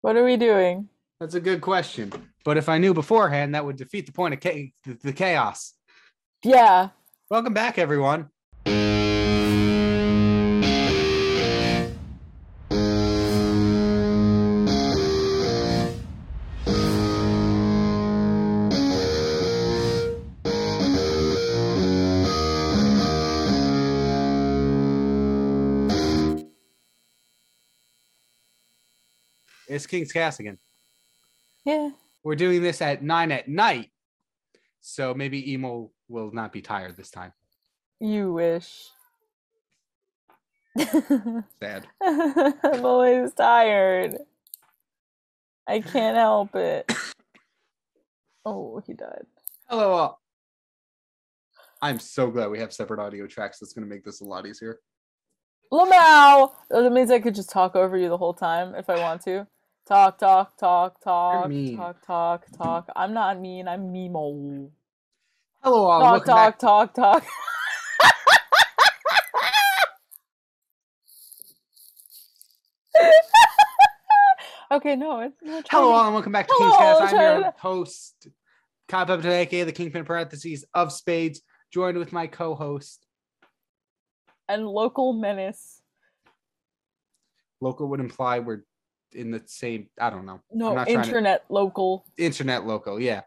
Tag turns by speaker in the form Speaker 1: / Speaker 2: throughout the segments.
Speaker 1: What are we doing?
Speaker 2: That's a good question. But if I knew beforehand, that would defeat the point of cha- the- the chaos.
Speaker 1: Yeah.
Speaker 2: Welcome back, everyone. It's King's Cassigan.
Speaker 1: Yeah.
Speaker 2: We're doing this at nine at night. So maybe Emo will not be tired this time.
Speaker 1: You wish. I'm
Speaker 2: Sad.
Speaker 1: always tired. I can't help it. Oh, he died.
Speaker 2: Hello, all. I'm so glad we have separate audio tracks. That's going to make this a lot easier.
Speaker 1: Lamau! Oh, That means I could just talk over you the whole time if I want to. Talk, talk, talk, talk,
Speaker 2: mean.
Speaker 1: talk, talk, talk. I'm not mean, I'm Mimo.
Speaker 2: Hello, all.
Speaker 1: Talk,
Speaker 2: Welcome
Speaker 1: talk,
Speaker 2: back.
Speaker 1: talk, talk. okay, no, it's no try
Speaker 2: Hello,
Speaker 1: again.
Speaker 2: all, and welcome back to
Speaker 1: Hello,
Speaker 2: King's Cast. I'm your
Speaker 1: China.
Speaker 2: host, Cobb up today, aka the Kingpin parentheses of Spades, joined with my co host,
Speaker 1: and local menace.
Speaker 2: Local would imply we're in the same, I don't know,
Speaker 1: No,
Speaker 2: not trying to-
Speaker 1: internet local.
Speaker 2: internet local. Yeah.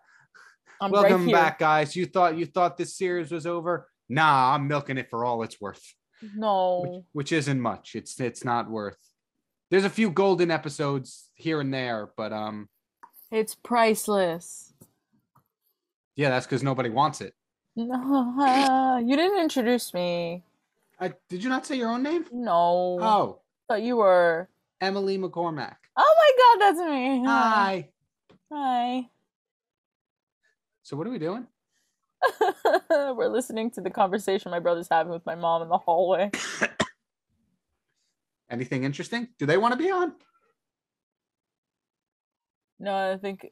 Speaker 1: I'm
Speaker 2: Welcome
Speaker 1: right here.
Speaker 2: back, guys. You thought you thought this series was over? Nah, I'm milking it for all it's worth, which,
Speaker 1: No.
Speaker 2: which isn't much. It's it's not worth. There's a few golden episodes here and there, but um,
Speaker 1: It's priceless.
Speaker 2: yeah, that's because nobody wants it.
Speaker 1: No, you didn't introduce me.
Speaker 2: I, did you not say your own name?
Speaker 1: No.
Speaker 2: Oh,
Speaker 1: Thought you were.
Speaker 2: Emily McCormack.
Speaker 1: Oh my god, that's me.
Speaker 2: Hi.
Speaker 1: Hi.
Speaker 2: So what are we doing?
Speaker 1: we're listening to the conversation my brother's having with my mom in the hallway.
Speaker 2: Anything interesting? Do they want to be on?
Speaker 1: No, I think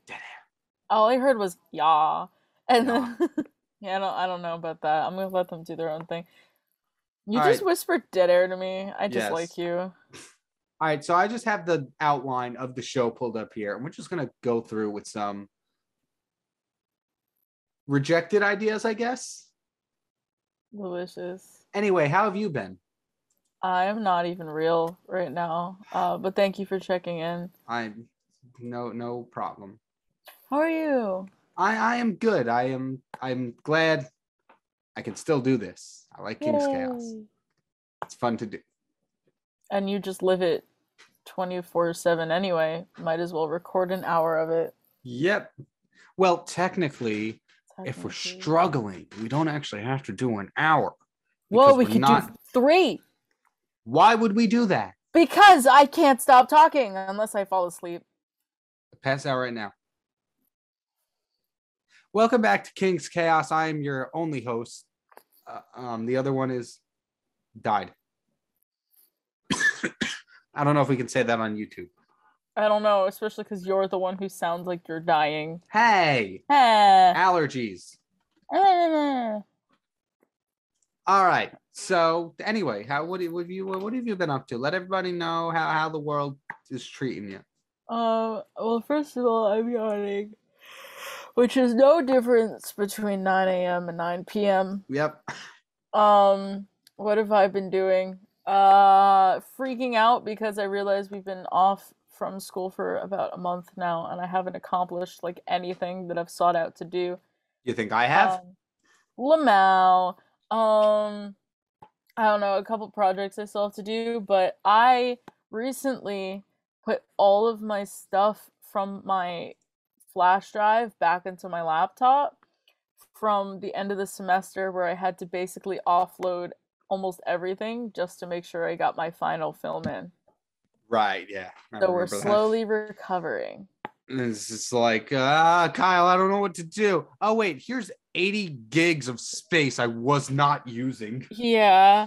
Speaker 1: all I heard was "yeah," and then yeah, I don't, I don't know about that. I'm gonna let them do their own thing. You
Speaker 2: All
Speaker 1: just
Speaker 2: right.
Speaker 1: whispered dead air to me. I just
Speaker 2: Yes.
Speaker 1: like you.
Speaker 2: All right, so I just have the outline of the show pulled up here, and we're just gonna go through with some rejected ideas, I guess.
Speaker 1: Delicious.
Speaker 2: Anyway, how have you been?
Speaker 1: I am not even real right now. Uh, but thank you for checking in.
Speaker 2: I'm no no problem.
Speaker 1: How are you?
Speaker 2: I I am good. I am I'm glad I can still do this. I like King's Chaos.
Speaker 1: Yay.
Speaker 2: It's fun to do.
Speaker 1: And you just live it 24/7 anyway. Might as well record an hour of it.
Speaker 2: Yep. Well, technically, if
Speaker 1: technically.
Speaker 2: we're struggling, we don't actually have to do an hour.
Speaker 1: Whoa,
Speaker 2: because
Speaker 1: we
Speaker 2: we're
Speaker 1: could do
Speaker 2: not-
Speaker 1: three.
Speaker 2: Why would we do that?
Speaker 1: Because I can't stop talking unless I fall asleep.
Speaker 2: Pass out right now. Welcome back to King's Chaos. I am your only host. Uh, um, the other one is died. I don't know if we can say that on YouTube.
Speaker 1: I don't know, especially because you're the one who sounds like you're dying.
Speaker 2: Hey,
Speaker 1: Ah.
Speaker 2: allergies.
Speaker 1: Ah.
Speaker 2: All right. So anyway, how what have what have you what have you been up to? Let everybody know how how the world is treating you.
Speaker 1: Um, well, first of all, I'm yawning, which is no difference between 9 a.m. and 9 p.m.
Speaker 2: Yep.
Speaker 1: Um, what have I been doing? Uh, freaking out because I realize we've been off from school for about a month now, and I haven't accomplished like anything that I've sought out to do.
Speaker 2: You think I
Speaker 1: Um,
Speaker 2: have?
Speaker 1: Lamau. Um, I don't know, a couple projects I still have to do, but I recently put all of my stuff from my flash drive back into my laptop from the end of the semester where I had to basically offload almost everything just to make sure I got my final film in.
Speaker 2: right. Yeah. I
Speaker 1: So we're
Speaker 2: remember that.
Speaker 1: slowly recovering.
Speaker 2: And it's just like, ah, Kyle, I don't know what to do. Oh, wait, here's 80 gigs of space I was not using.
Speaker 1: Yeah.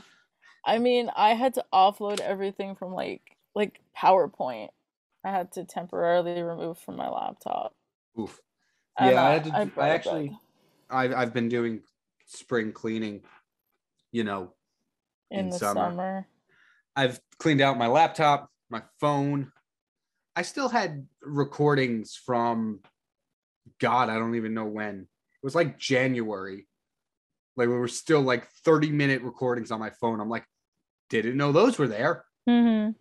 Speaker 1: I mean, I had to offload everything from like like PowerPoint. I had to temporarily remove from my laptop.
Speaker 2: Oof.
Speaker 1: And,
Speaker 2: yeah, I
Speaker 1: uh,
Speaker 2: had to, I,
Speaker 1: brought it back.
Speaker 2: actually, I've, I've been doing spring cleaning. You know,
Speaker 1: in
Speaker 2: in
Speaker 1: the
Speaker 2: summer.
Speaker 1: summer.
Speaker 2: I've cleaned out my laptop, my phone. I still had recordings from God, I don't even know when. It was like January. Like we were still like 30 minute recordings on my phone. I'm like, didn't know those were there.
Speaker 1: Mm-hmm.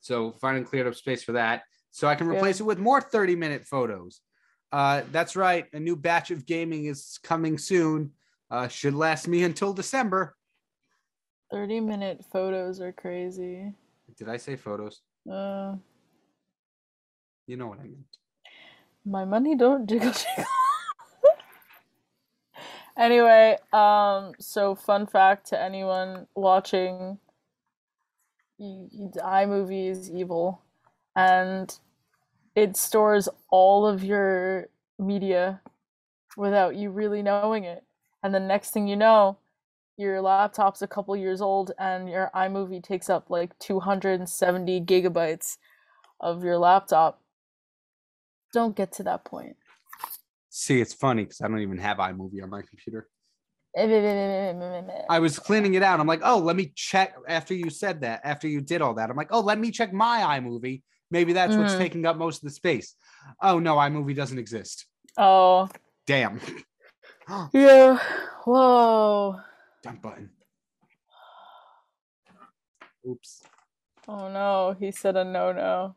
Speaker 2: So finally cleared up space for that. So I can
Speaker 1: Good.
Speaker 2: replace it with more 30 minute photos. Uh, that's right. A new batch of gaming is coming soon. Uh, should last me until December.
Speaker 1: 30 minute photos are crazy.
Speaker 2: Did I say photos?
Speaker 1: Uh,
Speaker 2: You know what I meant.
Speaker 1: my money don't jiggle jiggle. anyway, um, so fun fact to anyone watching y- y- iMovie is evil and it stores all of your media without you really knowing it. And the next thing you know, your laptop's a couple years old and your iMovie takes up like 270 gigabytes of your laptop. Don't get to that point.
Speaker 2: See, it's funny because I don't even have iMovie on my computer.
Speaker 1: I
Speaker 2: I was cleaning it out. I'm like, oh, let me check. After you said that, after you did all that, I'm like, oh, let me check my iMovie. Maybe that's what's
Speaker 1: Mhm.
Speaker 2: taking up most of the space. Oh no, iMovie doesn't exist.
Speaker 1: oh
Speaker 2: Damn.
Speaker 1: yeah. Whoa.
Speaker 2: Dumb button. Oops.
Speaker 1: Oh no, he said a no no.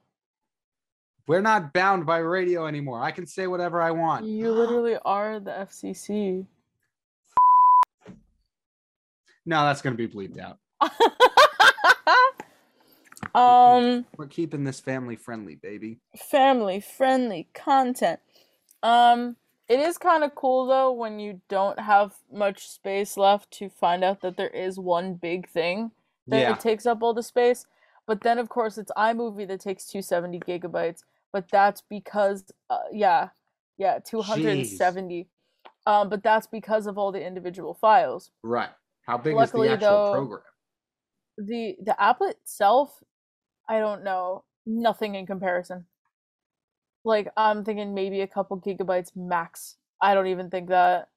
Speaker 2: We're not bound by radio anymore. I can say whatever I want.
Speaker 1: You literally are the FCC.
Speaker 2: No, that's gonna be bleeped out.
Speaker 1: um,
Speaker 2: We're keeping this family friendly, baby.
Speaker 1: family friendly content. Um, it is kind of cool though when you don't have much space left to find out that there is one big thing that
Speaker 2: Yeah.
Speaker 1: it takes up all the space. But then, of course, it's iMovie that takes 270 gigabytes. But that's because, uh, yeah, yeah, 270. Um, but that's because of all the individual files.
Speaker 2: Right. How big
Speaker 1: Luckily,
Speaker 2: is the actual
Speaker 1: though-
Speaker 2: program?
Speaker 1: The the app itself, I don't know, nothing in comparison. Like I'm thinking maybe a couple gigabytes max. I don't even think that.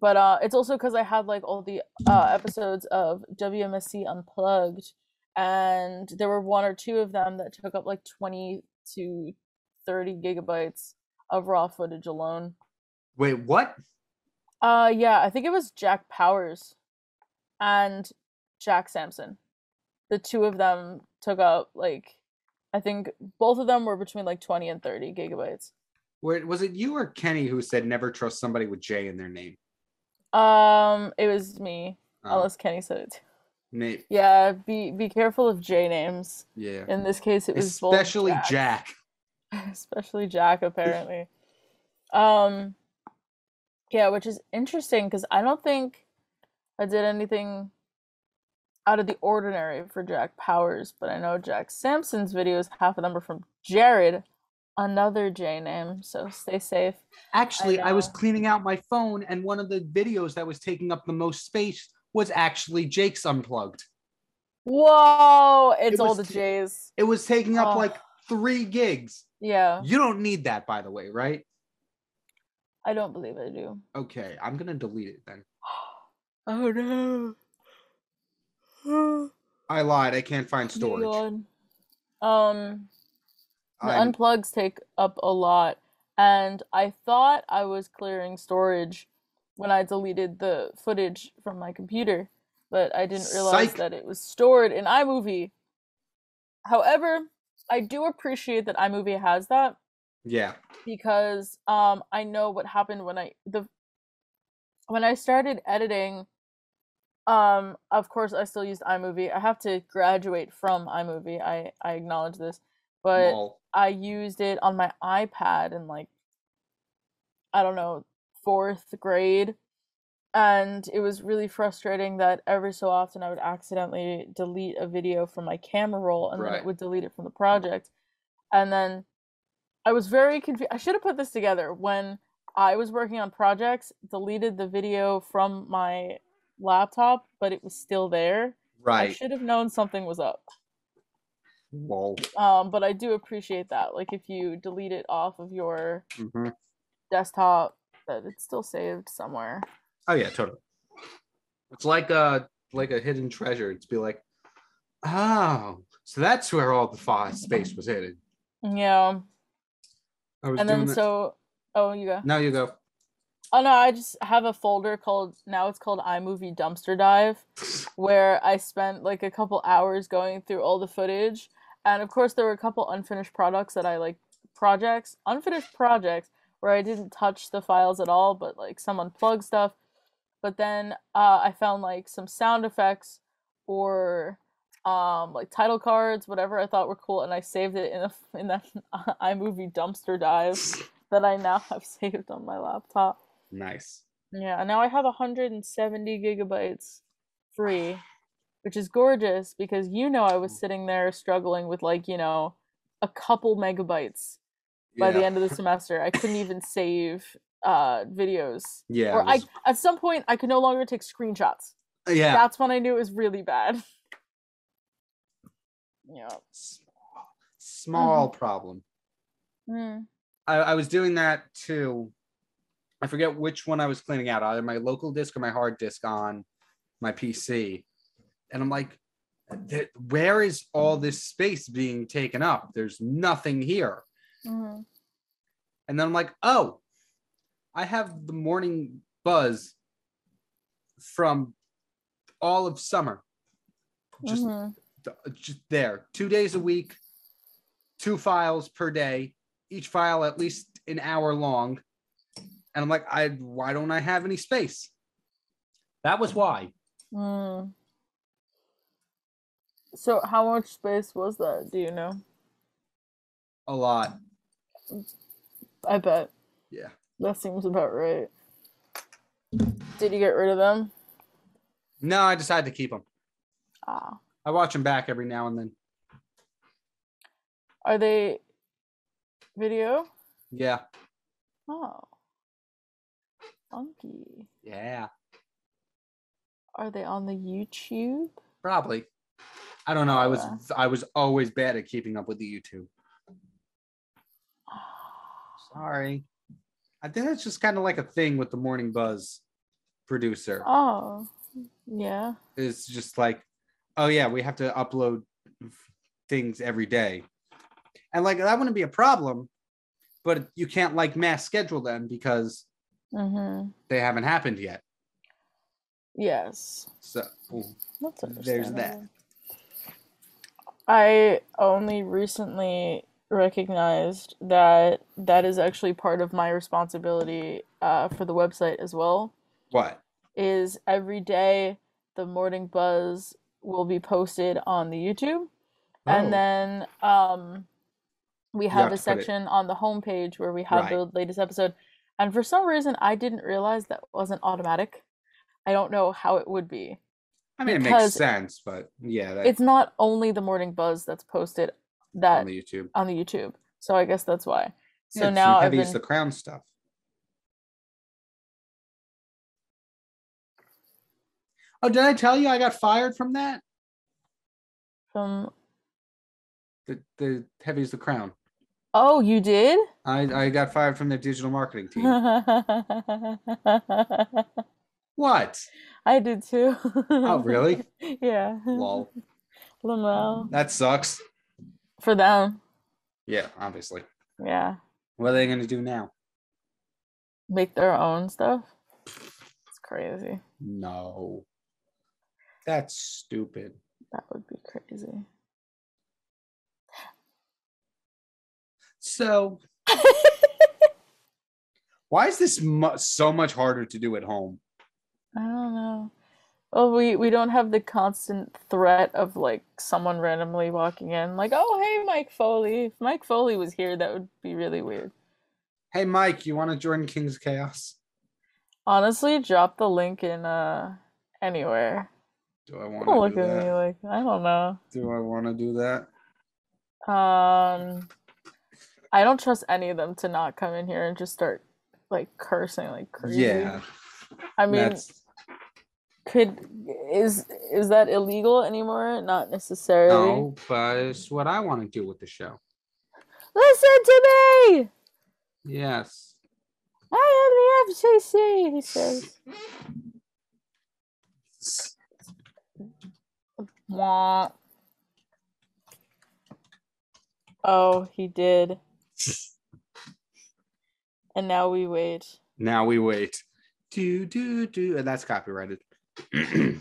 Speaker 1: But uh, it's also because I had like all the uh, episodes of WMSC Unplugged, and there were one or two of them that took up like 20 to 30 gigabytes of raw footage alone.
Speaker 2: Wait, what?
Speaker 1: Uh, yeah, I think it was Jack Powers and Jack Sampson. The two of them took up like, I think both of them were between like 20 and 30 gigabytes.
Speaker 2: Wait, was it you or Kenny who said never trust somebody with J in their name?
Speaker 1: Um, it was me,
Speaker 2: Oh,
Speaker 1: unless Kenny said it. too.
Speaker 2: Nate.
Speaker 1: Yeah, be be careful of J names.
Speaker 2: Yeah.
Speaker 1: In this case, it was both
Speaker 2: Especially
Speaker 1: Jack.
Speaker 2: Jack.
Speaker 1: especially Jack apparently. Um yeah, which is interesting cuz I don't think I did anything out of the ordinary for Jack Powers, but I know Jack Sampson's videos half of them are from Jared, another J name, so stay safe.
Speaker 2: Actually, I, was
Speaker 1: know.
Speaker 2: cleaning out my phone, and one of the videos that was taking up the most space was actually Jake's Unplugged.
Speaker 1: Whoa, it's all
Speaker 2: was
Speaker 1: the
Speaker 2: t-
Speaker 1: J's.
Speaker 2: It was taking up
Speaker 1: Oh.
Speaker 2: like three gigs.
Speaker 1: Yeah,
Speaker 2: You don't need that, by the way, right?
Speaker 1: I don't believe I do.
Speaker 2: Okay, I'm gonna delete it then.
Speaker 1: Oh no.
Speaker 2: I lied. I can't find storage.
Speaker 1: Um The
Speaker 2: I'm-
Speaker 1: unplugs take up a lot, and I thought I was clearing storage when I deleted the footage from my computer, but I didn't realize
Speaker 2: Psych.
Speaker 1: that it was stored in iMovie. However, I do appreciate that iMovie has that
Speaker 2: yeah,
Speaker 1: because um I know what happened when I the when I started editing um of course I still used iMovie. I have to graduate from iMovie. I I acknowledge this. But
Speaker 2: lol.
Speaker 1: I used it on my iPad in like I don't know, fourth grade. And it was really frustrating that every so often I would accidentally delete a video from my camera roll and then
Speaker 2: Right.
Speaker 1: it would delete it from the project. And then I was very confused. I should have put this together when I was working on projects, deleted the video from my laptop, but it was still there. I
Speaker 2: right.
Speaker 1: should have known something was up.
Speaker 2: Lol.
Speaker 1: Um, but I do appreciate that. Like if you delete it off of your
Speaker 2: Mhm.
Speaker 1: desktop, that it's still saved somewhere.
Speaker 2: Oh yeah, totally. It's like a like a hidden treasure. It's be like, oh, so that's where all the fa- space was hidden.
Speaker 1: Yeah.
Speaker 2: I was
Speaker 1: And
Speaker 2: doing
Speaker 1: then
Speaker 2: that-
Speaker 1: so oh you go.
Speaker 2: now you go.
Speaker 1: Oh no, I just have a folder called now it's called iMovie Dumpster Dive where I spent like a couple hours going through all the footage. And of course there were a couple unfinished products that I like projects, unfinished projects where I didn't touch the files at all, but like some unplugged stuff. But then uh, I found like some sound effects or um, like title cards, whatever I thought were cool, and I saved it in a, in that iMovie dumpster dive that I now have saved on my laptop.
Speaker 2: Nice.
Speaker 1: Yeah, and now I have 170 gigabytes free, which is gorgeous because you know I
Speaker 2: Mm.
Speaker 1: was sitting there struggling with like, you know, a couple megabytes by the
Speaker 2: Yeah.
Speaker 1: end of the semester. I couldn't even save uh videos.
Speaker 2: Yeah.
Speaker 1: or
Speaker 2: it was-
Speaker 1: I at some point I could no longer take screenshots.
Speaker 2: yeah.
Speaker 1: That's when I knew it was really bad. yeah.
Speaker 2: Small, small
Speaker 1: Mm-hmm.
Speaker 2: problem.
Speaker 1: Mm.
Speaker 2: I, I was doing that too. I forget which one I was cleaning out, either my local disk or my hard disk on my PC. And I'm like, "Th- where is all this space being taken up? There's nothing here.
Speaker 1: Mhm.
Speaker 2: And then I'm like, oh, I have the morning buzz from all of summer. Just
Speaker 1: Mhm.
Speaker 2: th- just there two days a week two files per day each file at least an hour long and i'm like i why don't i have any space that was why
Speaker 1: Mm. So how much space was that? Do you know?
Speaker 2: a lot
Speaker 1: I bet.
Speaker 2: yeah
Speaker 1: That seems about right. Did you get rid of them?
Speaker 2: no i decided to keep them
Speaker 1: Ah.
Speaker 2: i watch them back every now and then
Speaker 1: Are they video?
Speaker 2: yeah
Speaker 1: Oh. Funky.
Speaker 2: yeah
Speaker 1: Are they on the YouTube?
Speaker 2: probably i don't know i was
Speaker 1: Yeah.
Speaker 2: i was always bad at keeping up with the youtube Ah. sorry i think that's just kind of like a thing with the morning buzz producer
Speaker 1: Oh. Yeah.
Speaker 2: is just like, oh yeah, we have to upload things every day. And like that wouldn't be a problem, but you can't like mass schedule them because
Speaker 1: Mm-hmm.
Speaker 2: they haven't happened yet.
Speaker 1: Yes.
Speaker 2: So
Speaker 1: That's
Speaker 2: There's
Speaker 1: understandable.
Speaker 2: that.
Speaker 1: I only recently recognized that that is actually part of my responsibility uh, for the website as well.
Speaker 2: what?
Speaker 1: is every day the morning buzz will be posted on the YouTube.
Speaker 2: Oh,
Speaker 1: And then um, we
Speaker 2: You
Speaker 1: have
Speaker 2: have
Speaker 1: a
Speaker 2: to put it-
Speaker 1: section on the homepage where we have
Speaker 2: Right.
Speaker 1: the latest episode. And for some reason, I didn't realize that wasn't automatic. I don't know how it would be.
Speaker 2: I mean, it makes
Speaker 1: because
Speaker 2: sense, but yeah, that,
Speaker 1: It's not only the morning buzz that's posted that
Speaker 2: on the YouTube.
Speaker 1: on the YouTube. So I guess that's why. So
Speaker 2: Yeah, some
Speaker 1: now I've
Speaker 2: heavies
Speaker 1: been
Speaker 2: the crown stuff. Oh, did I tell you I got fired from that?
Speaker 1: from
Speaker 2: The the heavies the crown.
Speaker 1: Oh, you did?
Speaker 2: I, I got fired from their digital marketing team.
Speaker 1: I
Speaker 2: what?
Speaker 1: did too.
Speaker 2: Oh, really?
Speaker 1: Yeah.
Speaker 2: Lol.
Speaker 1: Lamel.
Speaker 2: That sucks. Mm-hmm.
Speaker 1: For them.
Speaker 2: Yeah, obviously.
Speaker 1: Yeah.
Speaker 2: What are they going to do now?
Speaker 1: Make their own stuff. It's crazy.
Speaker 2: No. That's stupid.
Speaker 1: That would be crazy.
Speaker 2: So, why is this mu- so much harder to do at home?
Speaker 1: I don't know. Well, we, we don't have the constant threat of like someone randomly walking in, like, oh, hey, Mike Foley. If Mike Foley was here, that would be really weird.
Speaker 2: Hey, Mike, you want to join King's Chaos?
Speaker 1: Honestly, drop the link in uh anywhere.
Speaker 2: Do I
Speaker 1: Don't look
Speaker 2: want to do
Speaker 1: at me
Speaker 2: that?
Speaker 1: like I don't know.
Speaker 2: Do I want to do that?
Speaker 1: Um, I don't trust any of them to not come in here and just start like cursing like crazy.
Speaker 2: Yeah.
Speaker 1: I mean,
Speaker 2: that's,
Speaker 1: could is is that illegal anymore? Not necessarily.
Speaker 2: no, but it's what I want to do with the show.
Speaker 1: Listen to me.
Speaker 2: Yes.
Speaker 1: I am the FCC. He says. Wah. Oh, he did. and now we wait.
Speaker 2: Now we wait. Do do do, and that's copyrighted.
Speaker 1: E-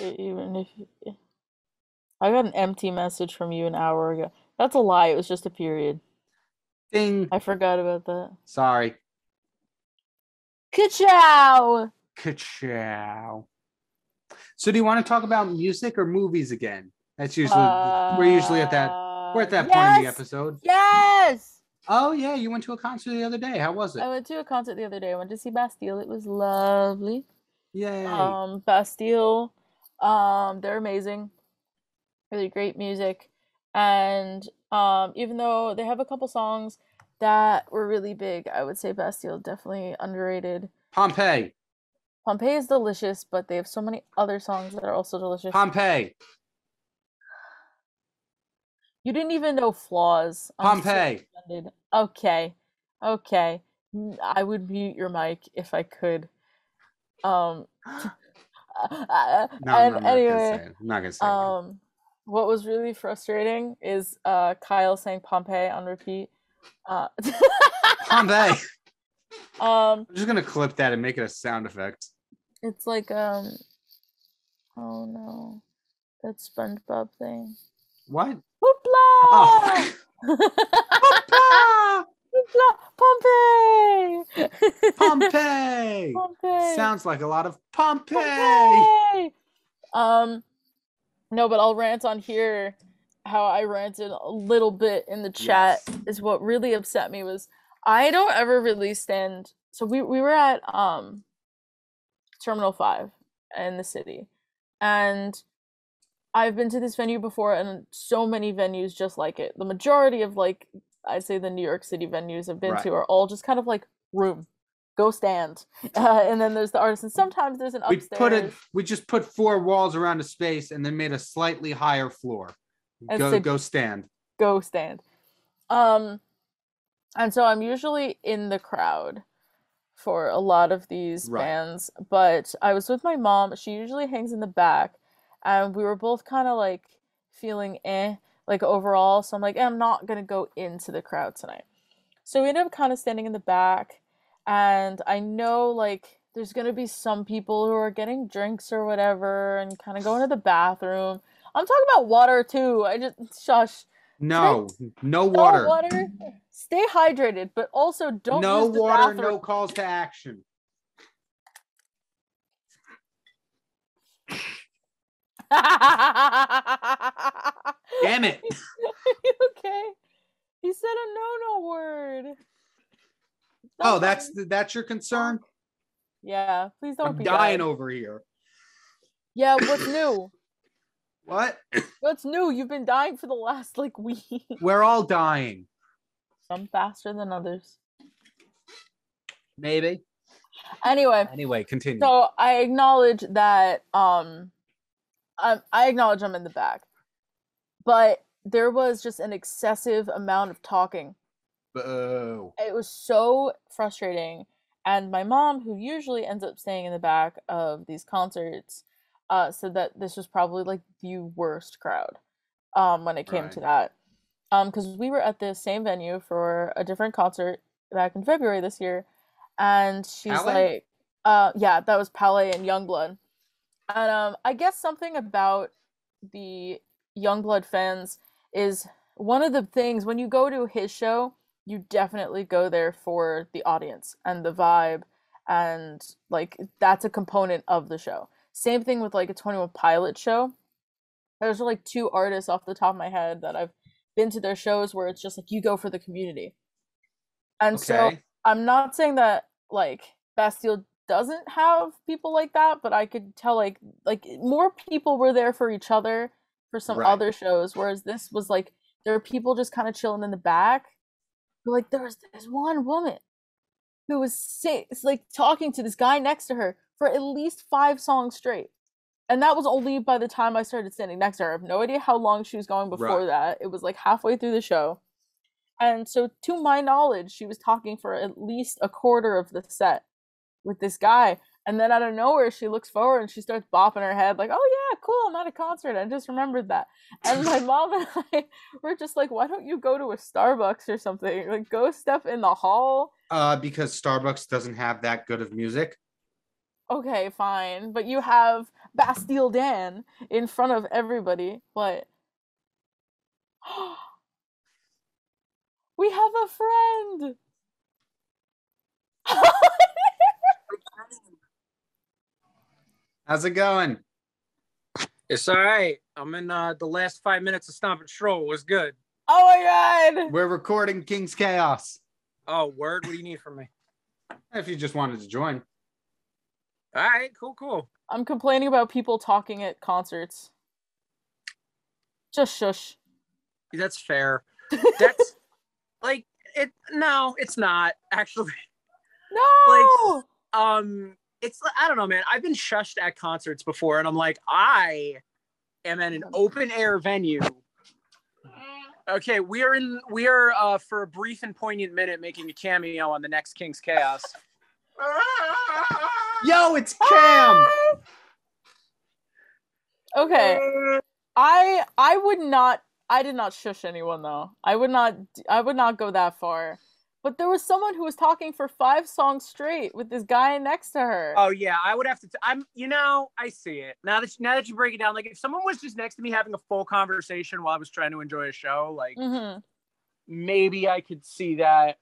Speaker 1: Even if you- I got an empty message from you an hour ago. That's a lie. It was just a period.
Speaker 2: Ding.
Speaker 1: I forgot about that.
Speaker 2: Sorry.
Speaker 1: Kachow!
Speaker 2: Ka-chow. So, do you want to talk about music or movies again? That's usually we're usually at that we're at that point in the
Speaker 1: Uh, yes!
Speaker 2: episode.
Speaker 1: Yes!
Speaker 2: Oh yeah, you went to a concert the other day. How was it?
Speaker 1: I went to a concert the other day. I went to see Bastille. It was lovely.
Speaker 2: Yay!
Speaker 1: Um, Bastille, um, they're amazing. Really great music. And um, even though they have a couple songs that were really big, I would say Bastille definitely underrated.
Speaker 2: Pompeii,
Speaker 1: Pompeii is delicious, but they have so many other songs that are also delicious.
Speaker 2: Pompeii,
Speaker 1: You didn't even know flaws. I'm so
Speaker 2: Pompeii.
Speaker 1: offended. Okay. Okay. N- I would mute your mic if I could. Um uh,
Speaker 2: No,
Speaker 1: and
Speaker 2: I'm, not gonna
Speaker 1: anyway,
Speaker 2: say it. I'm not gonna say it.
Speaker 1: um what was really frustrating is uh Kyle saying Pompeii on repeat. Uh
Speaker 2: Pompeii.
Speaker 1: um
Speaker 2: I'm just gonna clip that and make it a sound effect.
Speaker 1: it's like um oh no. That SpongeBob thing.
Speaker 2: What?
Speaker 1: Hoopla!
Speaker 2: Oh. Ah!
Speaker 1: Hoopla! Pompeii!
Speaker 2: Pompeii.
Speaker 1: Pompeii.
Speaker 2: Sounds like a lot of Pompeii.
Speaker 1: Pompeii. Um, no, but I'll rant on here. How I ranted a little bit in the chat
Speaker 2: Yes.
Speaker 1: is what really upset me was I don't ever really stand. So we we were at um Terminal Five in the city, and I've been to this venue before, and so many venues just like it. The majority of like I'd say the New York City venues I've been
Speaker 2: Right.
Speaker 1: to are all just kind of like room, go stand, uh, and then there's the artist, and sometimes there's an
Speaker 2: We
Speaker 1: upstairs.
Speaker 2: put it. We just put four walls around a space and then made a slightly higher floor.
Speaker 1: And
Speaker 2: go
Speaker 1: said-
Speaker 2: go stand.
Speaker 1: go stand. Um, and so I'm usually in the crowd for a lot of these
Speaker 2: Right.
Speaker 1: bands, but I was with my mom. She usually hangs in the back, and we were both kind of like feeling eh, like overall. So I'm like, I'm not gonna go into the crowd tonight. So we ended up kind of standing in the back, and I know like there's gonna be some people who are getting drinks or whatever and kind of going to the bathroom. I'm talking about water too. I just shush.
Speaker 2: No,
Speaker 1: No
Speaker 2: no water. No water,
Speaker 1: water. Stay hydrated, but also don't use the bathroom.
Speaker 2: no calls to action. Damn it.
Speaker 1: You okay? He said a no no word.
Speaker 2: Oh,
Speaker 1: Stop
Speaker 2: that's
Speaker 1: it.
Speaker 2: that's your concern.
Speaker 1: yeah. Please don't
Speaker 2: I'm
Speaker 1: be
Speaker 2: dying
Speaker 1: dying.
Speaker 2: over here.
Speaker 1: Yeah, what's new?
Speaker 2: What?
Speaker 1: What's new? You've been dying for the last like week.
Speaker 2: We're all dying.
Speaker 1: Some faster than others.
Speaker 2: Maybe.
Speaker 1: Anyway,
Speaker 2: Anyway, continue.
Speaker 1: so I acknowledge that um I, I acknowledge I'm in the back. But there was just an excessive amount of talking.
Speaker 2: Boo.
Speaker 1: it was so frustrating and my mom who usually ends up staying in the back of these concerts uh said that this was probably like the worst crowd um when it came to that um because we were at the same venue for a different concert back in february this year and she's
Speaker 2: Palais?
Speaker 1: like uh yeah that was palais and youngblood and um i guess something about the youngblood fans is one of the things when you go to his show you definitely go there for the audience and the vibe and like that's a component of the show same thing with like a 21 pilot show there's like two artists off the top of my head that i've been to their shows where it's just like you go for the community and so
Speaker 2: Okay.
Speaker 1: i'm not saying that like bastille doesn't have people like that but i could tell like like more people were there for each other for some
Speaker 2: Right.
Speaker 1: other shows whereas this was like there were people just kind of chilling in the back but like there was this one woman who was si- it's like talking to this guy next to her for at least five songs straight and that was only by the time i started standing next to her i have no idea how long she was going before
Speaker 2: Right.
Speaker 1: that it was like halfway through the show and so to my knowledge she was talking for at least a quarter of the set with this guy And then out of nowhere, she looks forward and she starts bopping her head, like, oh, yeah, cool, I'm at a concert. I just remembered that. And my mom and I were just like, why don't you go to a Starbucks or something? Like, go step in the hall.
Speaker 2: Uh, because Starbucks doesn't have that good of music.
Speaker 1: Okay, fine. But you have Bastille Dan in front of everybody. What? we have a friend.
Speaker 2: How's it going?
Speaker 3: It's all right. I'm in uh, the last five minutes of Stomp and Stroll. It was good.
Speaker 1: oh my god.
Speaker 2: We're recording King's Chaos.
Speaker 3: Oh, word. What do you need from me?
Speaker 2: If you just wanted to join,
Speaker 3: All right, cool, cool.
Speaker 1: I'm complaining about people talking at concerts. Just shush.
Speaker 3: That's fair. That's like it. No, it's not actually.
Speaker 1: No.
Speaker 3: Um, it's I don't know, man. I've been shushed at concerts before, and I'm like, I am at an open air venue. Okay, we are in. We are uh, for a brief and poignant minute making a cameo on the next King's Chaos.
Speaker 2: yo, it's Cam.
Speaker 1: okay. I I would not I did not shush anyone though. I would not I would not go that far. But there was someone who was talking for five songs straight with this guy next to her.
Speaker 3: Oh yeah, I would have to. T- I'm, you know, I see it now that now that you break it down. Like if someone was just next to me having a full conversation while I was trying to enjoy a show, like
Speaker 1: Mhm.
Speaker 3: maybe I could see that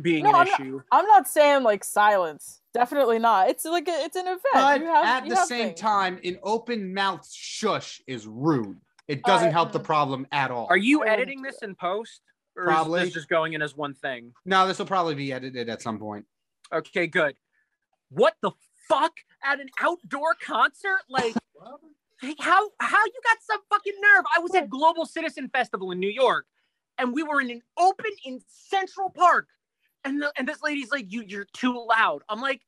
Speaker 3: being
Speaker 1: No,
Speaker 3: an
Speaker 1: I'm not-
Speaker 3: issue.
Speaker 1: I'm not saying like silence. Definitely not. It's like a, it's an event.
Speaker 2: But
Speaker 1: You have-
Speaker 2: at
Speaker 1: you
Speaker 2: the
Speaker 1: have
Speaker 2: same
Speaker 1: things.
Speaker 2: time, an open mouth shush is rude. It doesn't
Speaker 1: Alright.
Speaker 2: help the problem at all.
Speaker 3: Are you
Speaker 1: I wouldn't
Speaker 3: editing
Speaker 1: do
Speaker 3: this in post, or
Speaker 2: Probably.
Speaker 3: is this just going in as one thing?
Speaker 2: No, this will probably be edited at some point.
Speaker 3: Okay, good. What the fuck at an outdoor concert? Like like, how how you got some fucking nerve? I was at Global Citizen Festival in New York, and we were in an open in Central Park, and the, and this lady's like, you you're too loud. I'm like,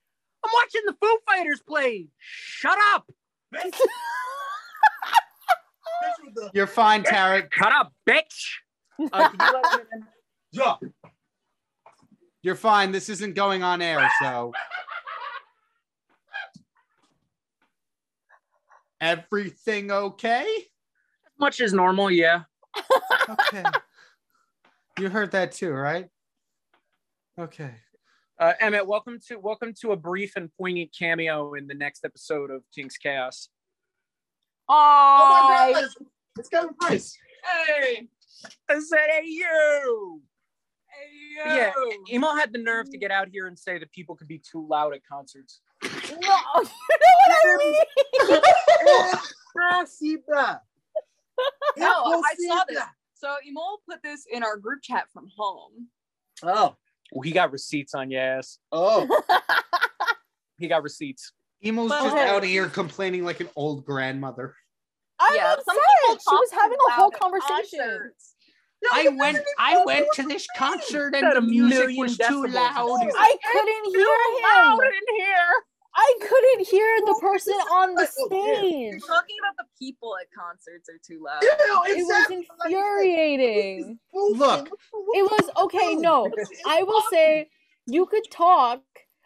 Speaker 3: I'm watching the Foo Fighters play. Shut up.
Speaker 2: You're fine, Tarek.
Speaker 3: Shut up, bitch. Uh, can you let me in?
Speaker 2: Yeah. You're fine. This isn't going on air, so. Everything okay?
Speaker 3: Much as normal, yeah.
Speaker 2: Okay. you heard that too, right? Okay.
Speaker 3: Uh, Emmett, welcome to welcome to a brief and poignant cameo in the next episode of King's Chaos.
Speaker 2: Oh
Speaker 1: Aw,
Speaker 2: It's Kevin Price.
Speaker 3: Hey, I said, hey you. Mm. Hey Yeah, Emo had the nerve to get out here and say that people could be too loud at concerts.
Speaker 1: no, you know what I mean?
Speaker 2: Oh,
Speaker 4: No, I saw this. So Emil put this in our group chat from home.
Speaker 3: Oh, he got receipts on your ass.
Speaker 2: Oh.
Speaker 3: He got receipts.
Speaker 2: Emo's
Speaker 4: But-
Speaker 2: just out here complaining like an old grandmother.
Speaker 1: I'm
Speaker 4: Yeah,
Speaker 1: upset.
Speaker 4: some people
Speaker 1: She was
Speaker 4: talk
Speaker 1: having a
Speaker 4: loud
Speaker 1: whole
Speaker 4: at
Speaker 1: conversation.
Speaker 4: concerts.
Speaker 2: I went I went to this concert
Speaker 3: Said a million decibels. Jesus.
Speaker 1: I couldn't hear him.
Speaker 3: in here.
Speaker 1: I couldn't hear the person on the stage.
Speaker 4: You're talking about the people at concerts are too loud.
Speaker 1: It was infuriating.
Speaker 2: Look,
Speaker 1: It was okay. No, I will say you could talk,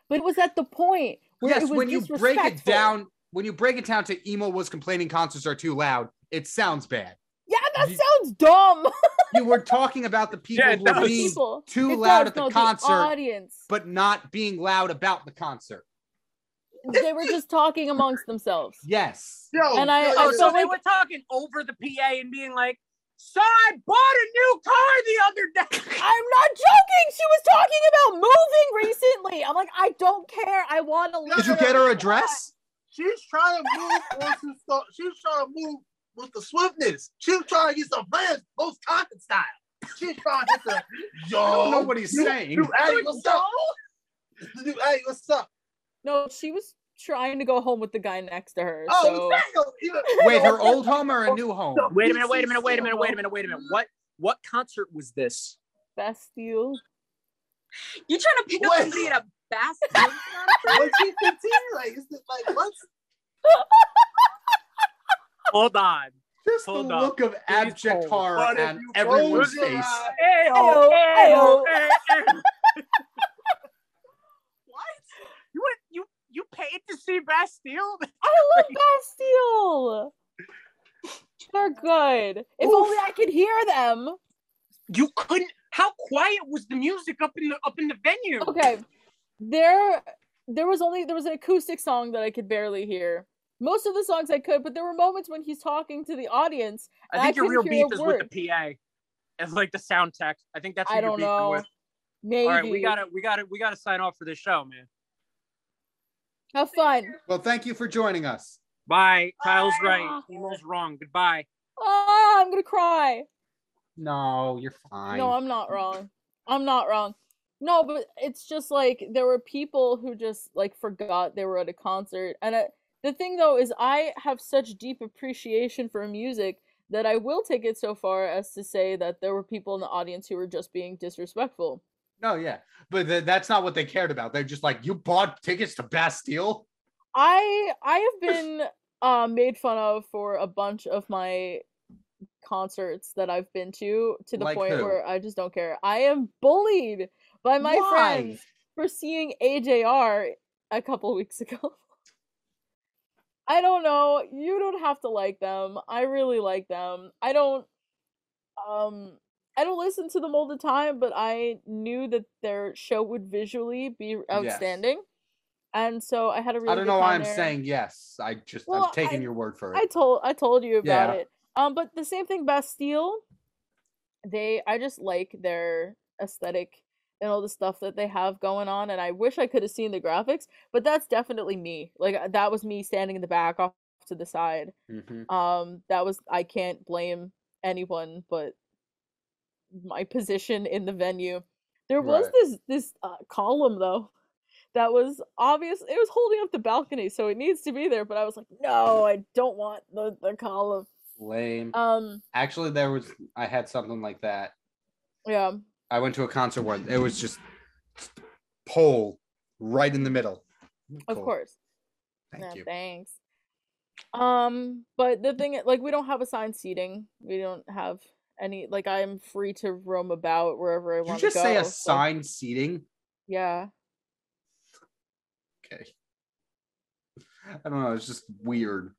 Speaker 1: but it was at the point where
Speaker 2: yes,
Speaker 1: it was
Speaker 2: when you break it
Speaker 1: disrespectful.
Speaker 2: down, when you break it down to emo was complaining concerts are too loud, it sounds bad.
Speaker 1: Yeah, that
Speaker 2: You-
Speaker 1: sounds dumb.
Speaker 2: You were talking about the people
Speaker 3: Yeah,
Speaker 2: who
Speaker 3: that
Speaker 2: were
Speaker 3: was-
Speaker 2: being
Speaker 1: People.
Speaker 2: too
Speaker 1: It
Speaker 2: loud
Speaker 1: does,
Speaker 2: at the
Speaker 1: no,
Speaker 2: concert,
Speaker 1: audience.
Speaker 2: but not being loud about the concert.
Speaker 1: They were just talking amongst themselves.
Speaker 2: Yes.
Speaker 1: And I,
Speaker 3: Oh,
Speaker 1: I
Speaker 3: so
Speaker 1: felt
Speaker 3: they
Speaker 1: like
Speaker 3: were talking over the PA and being like, "So I bought a new car the other day."
Speaker 1: I'm not joking. She was talking about moving recently. I'm like, I don't care. I want to
Speaker 2: Did
Speaker 1: live.
Speaker 2: you get her address?
Speaker 5: She's trying to move on some stuff. She's trying to move with the swiftness. She's trying to get some plans post content style. She's trying to hit the yo.
Speaker 2: I don't know what he's saying.
Speaker 5: New Addy, what's up? It's the new Addy, what's up?
Speaker 1: No, she was trying to go home with the guy next to her.
Speaker 5: Oh,
Speaker 1: So
Speaker 5: yo, you-
Speaker 2: Wait, her old home or a new home?
Speaker 3: Wait a minute, wait a minute, wait a minute, wait a minute, wait a minute. What what concert was this?
Speaker 1: Bastille.
Speaker 4: You're trying to pick up
Speaker 5: What?
Speaker 4: somebody at a basketball concert?
Speaker 5: What's she 15? Like, is it like what's
Speaker 3: Hold on.
Speaker 2: Just the
Speaker 3: Hold on.
Speaker 2: look of abject
Speaker 3: hold.
Speaker 2: horror
Speaker 5: But if
Speaker 2: on
Speaker 5: you
Speaker 2: everyone's
Speaker 5: close your
Speaker 2: face.
Speaker 5: eyes-
Speaker 1: Ayo, ayo,
Speaker 3: What? You went you you paid to see Bastille?
Speaker 1: I love Bastille. They're good. If
Speaker 3: Oof.
Speaker 1: only I could hear them.
Speaker 3: You couldn't. How quiet was the music up in the up in the venue?
Speaker 1: Okay. There there was only there was an acoustic song that I could barely hear. Most of the songs I could, but there were moments when he's talking to the audience.
Speaker 3: I think
Speaker 1: I
Speaker 3: your real
Speaker 1: couldn't hear
Speaker 3: beef
Speaker 1: a
Speaker 3: is with
Speaker 1: word.
Speaker 3: the PA, as like the sound tech. I think that's who
Speaker 1: I
Speaker 3: you're
Speaker 1: don't
Speaker 3: beefing
Speaker 1: know.
Speaker 3: with.
Speaker 1: Maybe.
Speaker 3: All right, we gotta we gotta we gotta sign off for this show, man.
Speaker 1: Have fun.
Speaker 2: Well, thank you for joining us.
Speaker 3: Bye. Kyle's
Speaker 1: Bye.
Speaker 3: right. Emil's wrong. Goodbye.
Speaker 1: Ah, I'm gonna cry.
Speaker 2: No, you're fine.
Speaker 1: No, I'm not wrong. I'm not wrong. No, but it's just like there were people who just like forgot they were at a concert. And I, the thing though is I have such deep appreciation for music that I will take it so far as to say that there were people in the audience who were just being disrespectful.
Speaker 2: no, yeah, but th- that's not what they cared about. They're just like, you bought tickets to Bastille.
Speaker 1: I I have been uh, made fun of for a bunch of my concerts that I've been to to the
Speaker 2: Like
Speaker 1: point
Speaker 2: who?
Speaker 1: where I just don't care. I am bullied by my
Speaker 2: Why?
Speaker 1: friends for seeing AJR a couple weeks ago. I don't know. You don't have to like them. I really like them. I don't um I don't listen to them all the time, but I knew that their show would visually be outstanding. And so I had a really
Speaker 2: I don't
Speaker 1: good
Speaker 2: know why
Speaker 1: time
Speaker 2: I'm
Speaker 1: there.
Speaker 2: saying yes. I just
Speaker 1: Well,
Speaker 2: I'm taking
Speaker 1: I-
Speaker 2: your word for it.
Speaker 1: I told I told you about
Speaker 2: Yeah.
Speaker 1: it. Um, but the same thing, Bastille. They, I just like their aesthetic and all the stuff that they have going on, and I wish I could have seen the graphics, but that's definitely me. Like uh, that was me standing in the back, off to the side.
Speaker 2: Mhm.
Speaker 1: Um, that was I can't blame anyone but my position in the venue. There was
Speaker 2: Right.
Speaker 1: this this uh, column though that was obvious. It was holding up the balcony, so it needs to be there. But I was like, no, I don't want the the column.
Speaker 2: Lame.
Speaker 1: Um,
Speaker 2: Actually, there was I had something like that.
Speaker 1: yeah,
Speaker 2: I went to a concert once. It was just pole right in the middle.
Speaker 1: of
Speaker 2: Cool.
Speaker 1: course.
Speaker 2: Thank
Speaker 1: Yeah,
Speaker 2: you.
Speaker 1: Thanks. Um, but the thing, like, we don't have assigned seating. We don't have any. Like, I'm free to roam about wherever I
Speaker 2: Did you
Speaker 1: want to go.
Speaker 2: just say
Speaker 1: so-
Speaker 2: assigned seating?
Speaker 1: Yeah.
Speaker 2: Okay. I don't know. It's just weird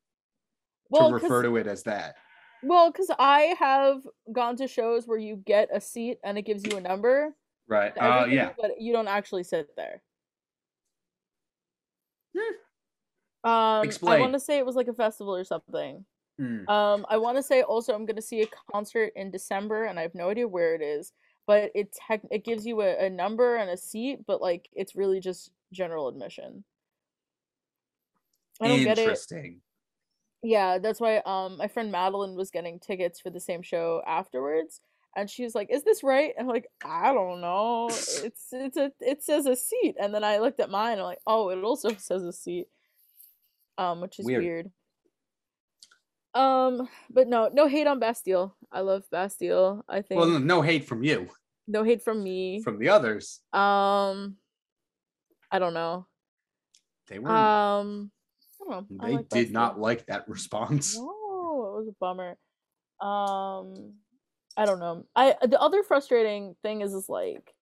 Speaker 1: Well,
Speaker 2: to
Speaker 1: 'cause-
Speaker 2: refer to it as that.
Speaker 1: Well, because I have gone to shows where you get a seat and it gives you a number.
Speaker 2: Right.
Speaker 1: to
Speaker 2: Uh,
Speaker 1: everything,
Speaker 2: yeah.
Speaker 1: But you don't actually sit there.
Speaker 2: Hmm.
Speaker 1: Um, I
Speaker 2: Explain.
Speaker 1: want to say it was like a festival or something.
Speaker 2: Mm.
Speaker 1: Um, I want to say also I'm going to see a concert in December, and I have no idea where it is. But it tech it gives you a, a number and a seat, but like it's really just general admission. I don't get it.
Speaker 2: Interesting.
Speaker 1: Yeah, that's why um my friend Madeline was getting tickets for the same show afterwards and she was like, "Is this right?" And I'm like, "I don't know. It's it's a it says a seat." And then I looked at mine and I'm like, "Oh, it also says a seat." Um which is
Speaker 2: Weird.
Speaker 1: weird. Um but no, no hate on Bastille. I love Bastille. I think
Speaker 2: Well, no, no hate from you,
Speaker 1: no hate from me.
Speaker 2: from the others.
Speaker 1: Um I don't know.
Speaker 2: They were.
Speaker 1: Um I don't know. I
Speaker 2: they
Speaker 1: like
Speaker 2: did
Speaker 1: Bastille.
Speaker 2: not like that response.
Speaker 1: No, Oh, it was a bummer. Um, I don't know. I the other frustrating thing is is like,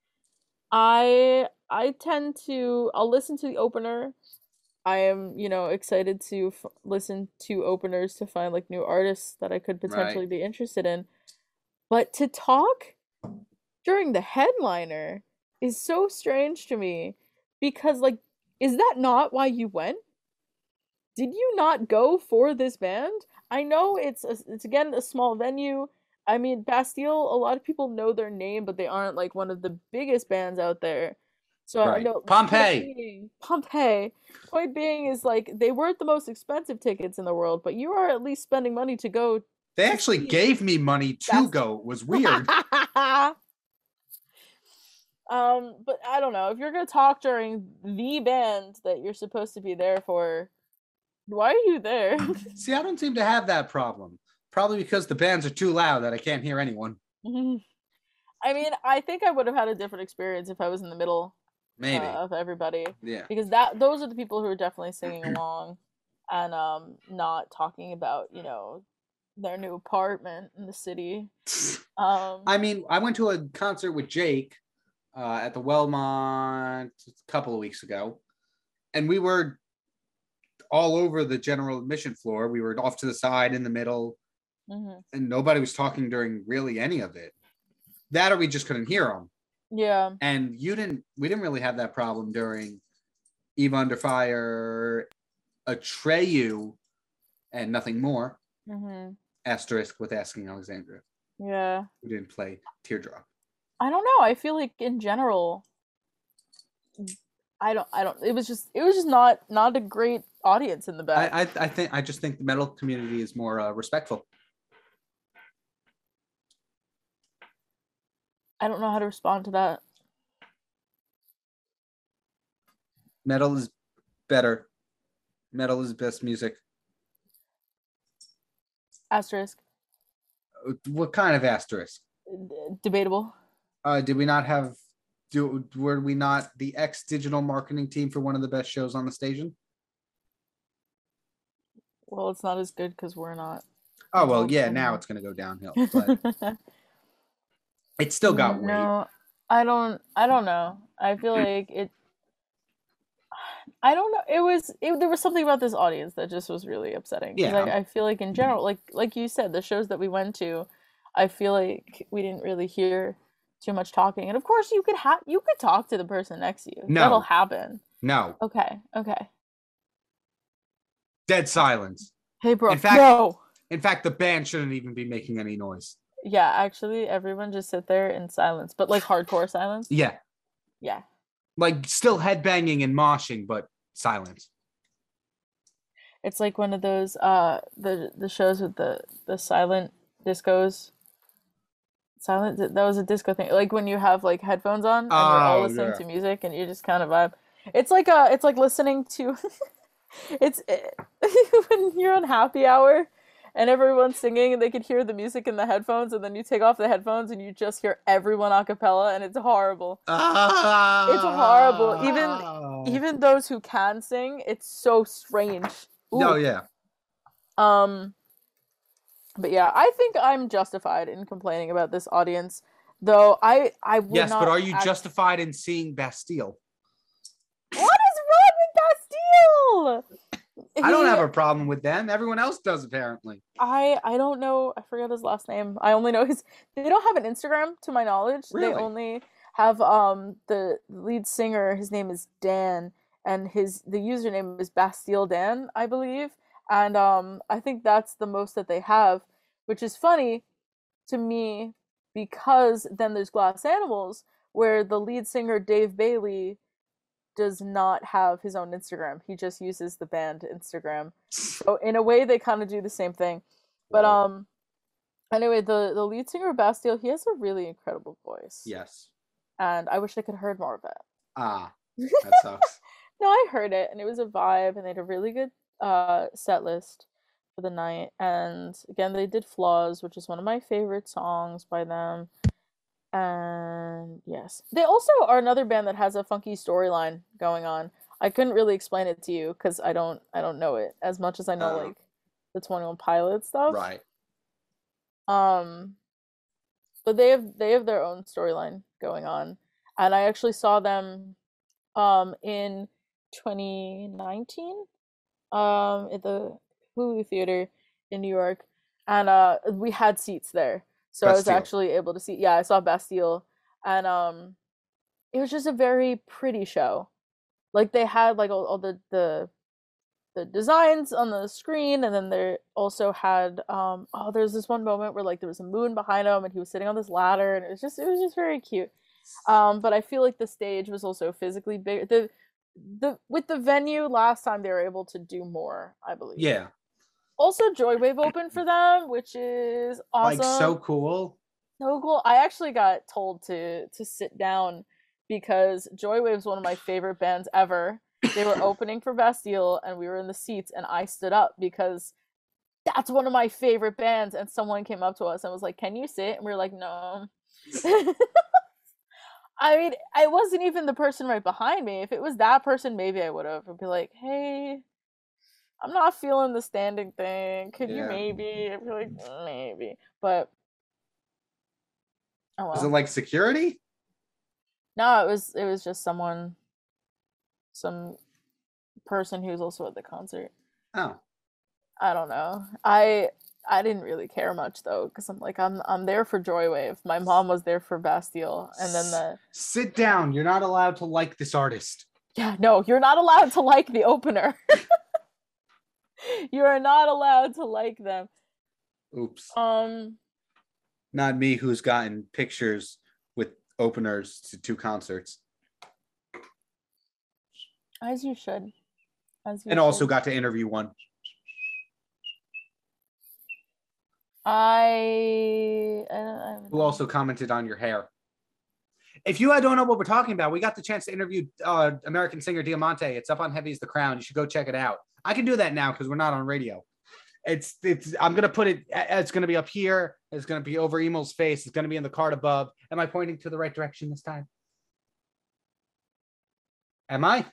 Speaker 1: I I tend to I'll listen to the opener. I am you know excited to f- listen to openers to find like new artists that I could potentially be interested in, but to talk during the headliner is so strange to me because like is that not why you went? Did you not go for this band? I know it's a, it's again a small venue. I mean, Bastille, a lot of people know their name, but they aren't like one of the biggest bands out there. So I
Speaker 2: Right.
Speaker 1: know point
Speaker 2: Pompeii.
Speaker 1: being- Pompeii. Point being is like they weren't the most expensive tickets in the world, but you are at least spending money to go.
Speaker 2: They actually gave me money to
Speaker 1: That's-
Speaker 2: go. It was weird.
Speaker 1: um, but I don't know if you're gonna talk during the band that you're supposed to be there for. Why are you there?
Speaker 2: See, I don't seem to have that problem. Probably because the bands are too loud that I can't hear anyone.
Speaker 1: Mhm. I mean, I think I would have had a different experience if I was in the middle uh,
Speaker 2: Maybe.
Speaker 1: of everybody
Speaker 2: yeah.
Speaker 1: because that those are the people who are definitely singing along and um not talking about you know their new apartment in the city. Um,
Speaker 2: I mean, I went to a concert with Jake uh, at the Wellmont a couple of weeks ago, and we were all over the general admission floor. We were off to the side, in the middle,
Speaker 1: Mhm.
Speaker 2: and nobody was talking during really any of it. That or we just couldn't hear them.
Speaker 1: Yeah.
Speaker 2: And you didn't. We didn't really have that problem during Eve Under Fire, Atreyu, and nothing more.
Speaker 1: hmm
Speaker 2: Asterisk with asking Alexandria.
Speaker 1: Yeah.
Speaker 2: We didn't play Teardrop.
Speaker 1: I don't know. I feel like in general, I don't. I don't. It was just. It was just not not a great audience in the back.
Speaker 2: I, I I think I just think the metal community is more uh, respectful.
Speaker 1: I, don't know how to respond to that.
Speaker 2: Metal is better. Metal is best music.
Speaker 1: Asterisk.
Speaker 2: What kind of asterisk?
Speaker 1: D- debatable.
Speaker 2: Uh, did we not have? Do were we not the ex digital marketing team for one of the best shows on the station?
Speaker 1: Well, it's not as good because we're not.
Speaker 2: Oh
Speaker 1: It's
Speaker 2: well,
Speaker 1: all
Speaker 2: yeah.
Speaker 1: gone
Speaker 2: Now
Speaker 1: now.
Speaker 2: it's gonna go downhill, but it still got weight. Mm.
Speaker 1: No, I don't. I don't know. I feel like it. I don't know. It was. It, there was something about this audience that just was really upsetting. 'cause
Speaker 2: Yeah.
Speaker 1: I, I feel like in general, like like you said, the shows that we went to, I feel like we didn't really hear too much talking. And of course, you could have you could talk to the person next to you.
Speaker 2: No.
Speaker 1: That'll happen.
Speaker 2: No,
Speaker 1: Okay. Okay.
Speaker 2: dead silence.
Speaker 1: Hey, bro.
Speaker 2: fact-
Speaker 1: no.
Speaker 2: In fact, the band shouldn't even be making any noise.
Speaker 1: Yeah. Actually, everyone just sit there in silence, but like hardcore silence.
Speaker 2: Yeah,
Speaker 1: Yeah.
Speaker 2: like still headbanging and moshing, but silence.
Speaker 1: It's like one of those uh the the shows with the the silent discos. Silent di- that was a disco thing. Like when you have like headphones on and you're all
Speaker 2: Oh,
Speaker 1: listening
Speaker 2: yeah.
Speaker 1: to music and you just kind of vibe. It's like uh it's like listening to it's eh, when you're on happy hour and everyone's singing and they could hear the music in the headphones and then you take off the headphones and you just hear everyone a cappella and it's horrible.
Speaker 2: It's
Speaker 1: horrible. Even-
Speaker 2: Oh.
Speaker 1: Even those who can sing, it's so strange.
Speaker 2: No,
Speaker 1: Ooh.
Speaker 2: Oh, yeah.
Speaker 1: Um, but yeah, I think I'm justified in complaining about this audience, though. I I would
Speaker 2: Yes,
Speaker 1: not
Speaker 2: but are you
Speaker 1: act-
Speaker 2: justified in seeing Bastille?
Speaker 1: What is wrong with Bastille?
Speaker 2: I don't
Speaker 1: He-
Speaker 2: have a problem with them. Everyone else does apparently.
Speaker 1: I I don't know. I forgot his last name. I only know his. They don't have an Instagram, to my knowledge.
Speaker 2: Really?
Speaker 1: They only have um the lead singer. His name is Dan, and his the username is Bastille Dan, I believe. And um, I think that's the most that they have, which is funny to me because then there's Glass Animals, where the lead singer Dave Bailey does not have his own Instagram. He just uses the band Instagram. So Oh, in a way, they kind of do the same thing. But
Speaker 2: Wow.
Speaker 1: um, anyway, the the lead singer of Bastille, he has a really incredible voice.
Speaker 2: Yes.
Speaker 1: and I wish I could heard more of it.
Speaker 2: Ah, that sucks.
Speaker 1: No, I heard it, and it was a vibe, and they had a really good uh set list for the night. And again, they did "Flaws," which is one of my favorite songs by them. And yes, they also are another band that has a funky storyline going on. I couldn't really explain it to you because I don't, I don't know it as much as I know
Speaker 2: Oh.
Speaker 1: like the Twenty One Pilots stuff.
Speaker 2: right.
Speaker 1: Um, but they have they have their own storyline going on, and I actually saw them, um, in 2019, um, at the Hulu Theater in New York, and uh, we had seats there, so I was
Speaker 2: Bastille.
Speaker 1: actually able to see. Yeah, I saw Bastille, and um, it was just a very pretty show. Like they had like all, all the the the designs on the screen and then they also had um oh there's this one moment where like there was a moon behind him and he was sitting on this ladder and it was just it was just very cute um but i feel like the stage was also physically bigger the the with the venue last time they were able to do more i believe
Speaker 2: Yeah.
Speaker 1: also joywave opened for them which is awesome
Speaker 2: Like so cool.
Speaker 1: so cool. I actually got told to to sit down because Joywave's one of my favorite bands ever. They were opening for Bastille and we were in the seats and I stood up because that's one of my favorite bands and someone came up to us and was like, "Can you sit?" and we were like, "No." I mean, I wasn't even the person right behind me. If it was that person, maybe I would have I'd be like, "Hey, I'm not feeling the standing thing. Could you
Speaker 2: Yeah.
Speaker 1: maybe?" I'd be like, "Maybe." But oh
Speaker 2: Is
Speaker 1: well.
Speaker 2: it like security?
Speaker 1: No, it was it was just someone, some person who was also at the concert.
Speaker 2: Oh,
Speaker 1: I don't know. I I didn't really care much though, because I'm like I'm I'm there for Joywave. My mom was there for Bastille, and then the
Speaker 2: sit down. You're not allowed to like this artist.
Speaker 1: yeah no, you're not allowed to like the opener. you are not allowed to like them.
Speaker 2: Oops.
Speaker 1: Um,
Speaker 2: Not me, who's gotten pictures with openers to two concerts
Speaker 1: as you should. As you
Speaker 2: and also
Speaker 1: should.
Speaker 2: got to interview one.
Speaker 1: I, I, don't- I don't
Speaker 2: who
Speaker 1: know.
Speaker 2: also commented on your hair. If you don't know what we're talking about, we got the chance to interview uh, American singer Diamante. It's up on Heavy as the Crown. You should go check it out. I can do that now because we're not on radio. It's it's. I'm gonna put it. It's gonna be up here. It's gonna be over Emil's face. It's gonna be in the card above. Am I pointing to the right direction this time? Am I?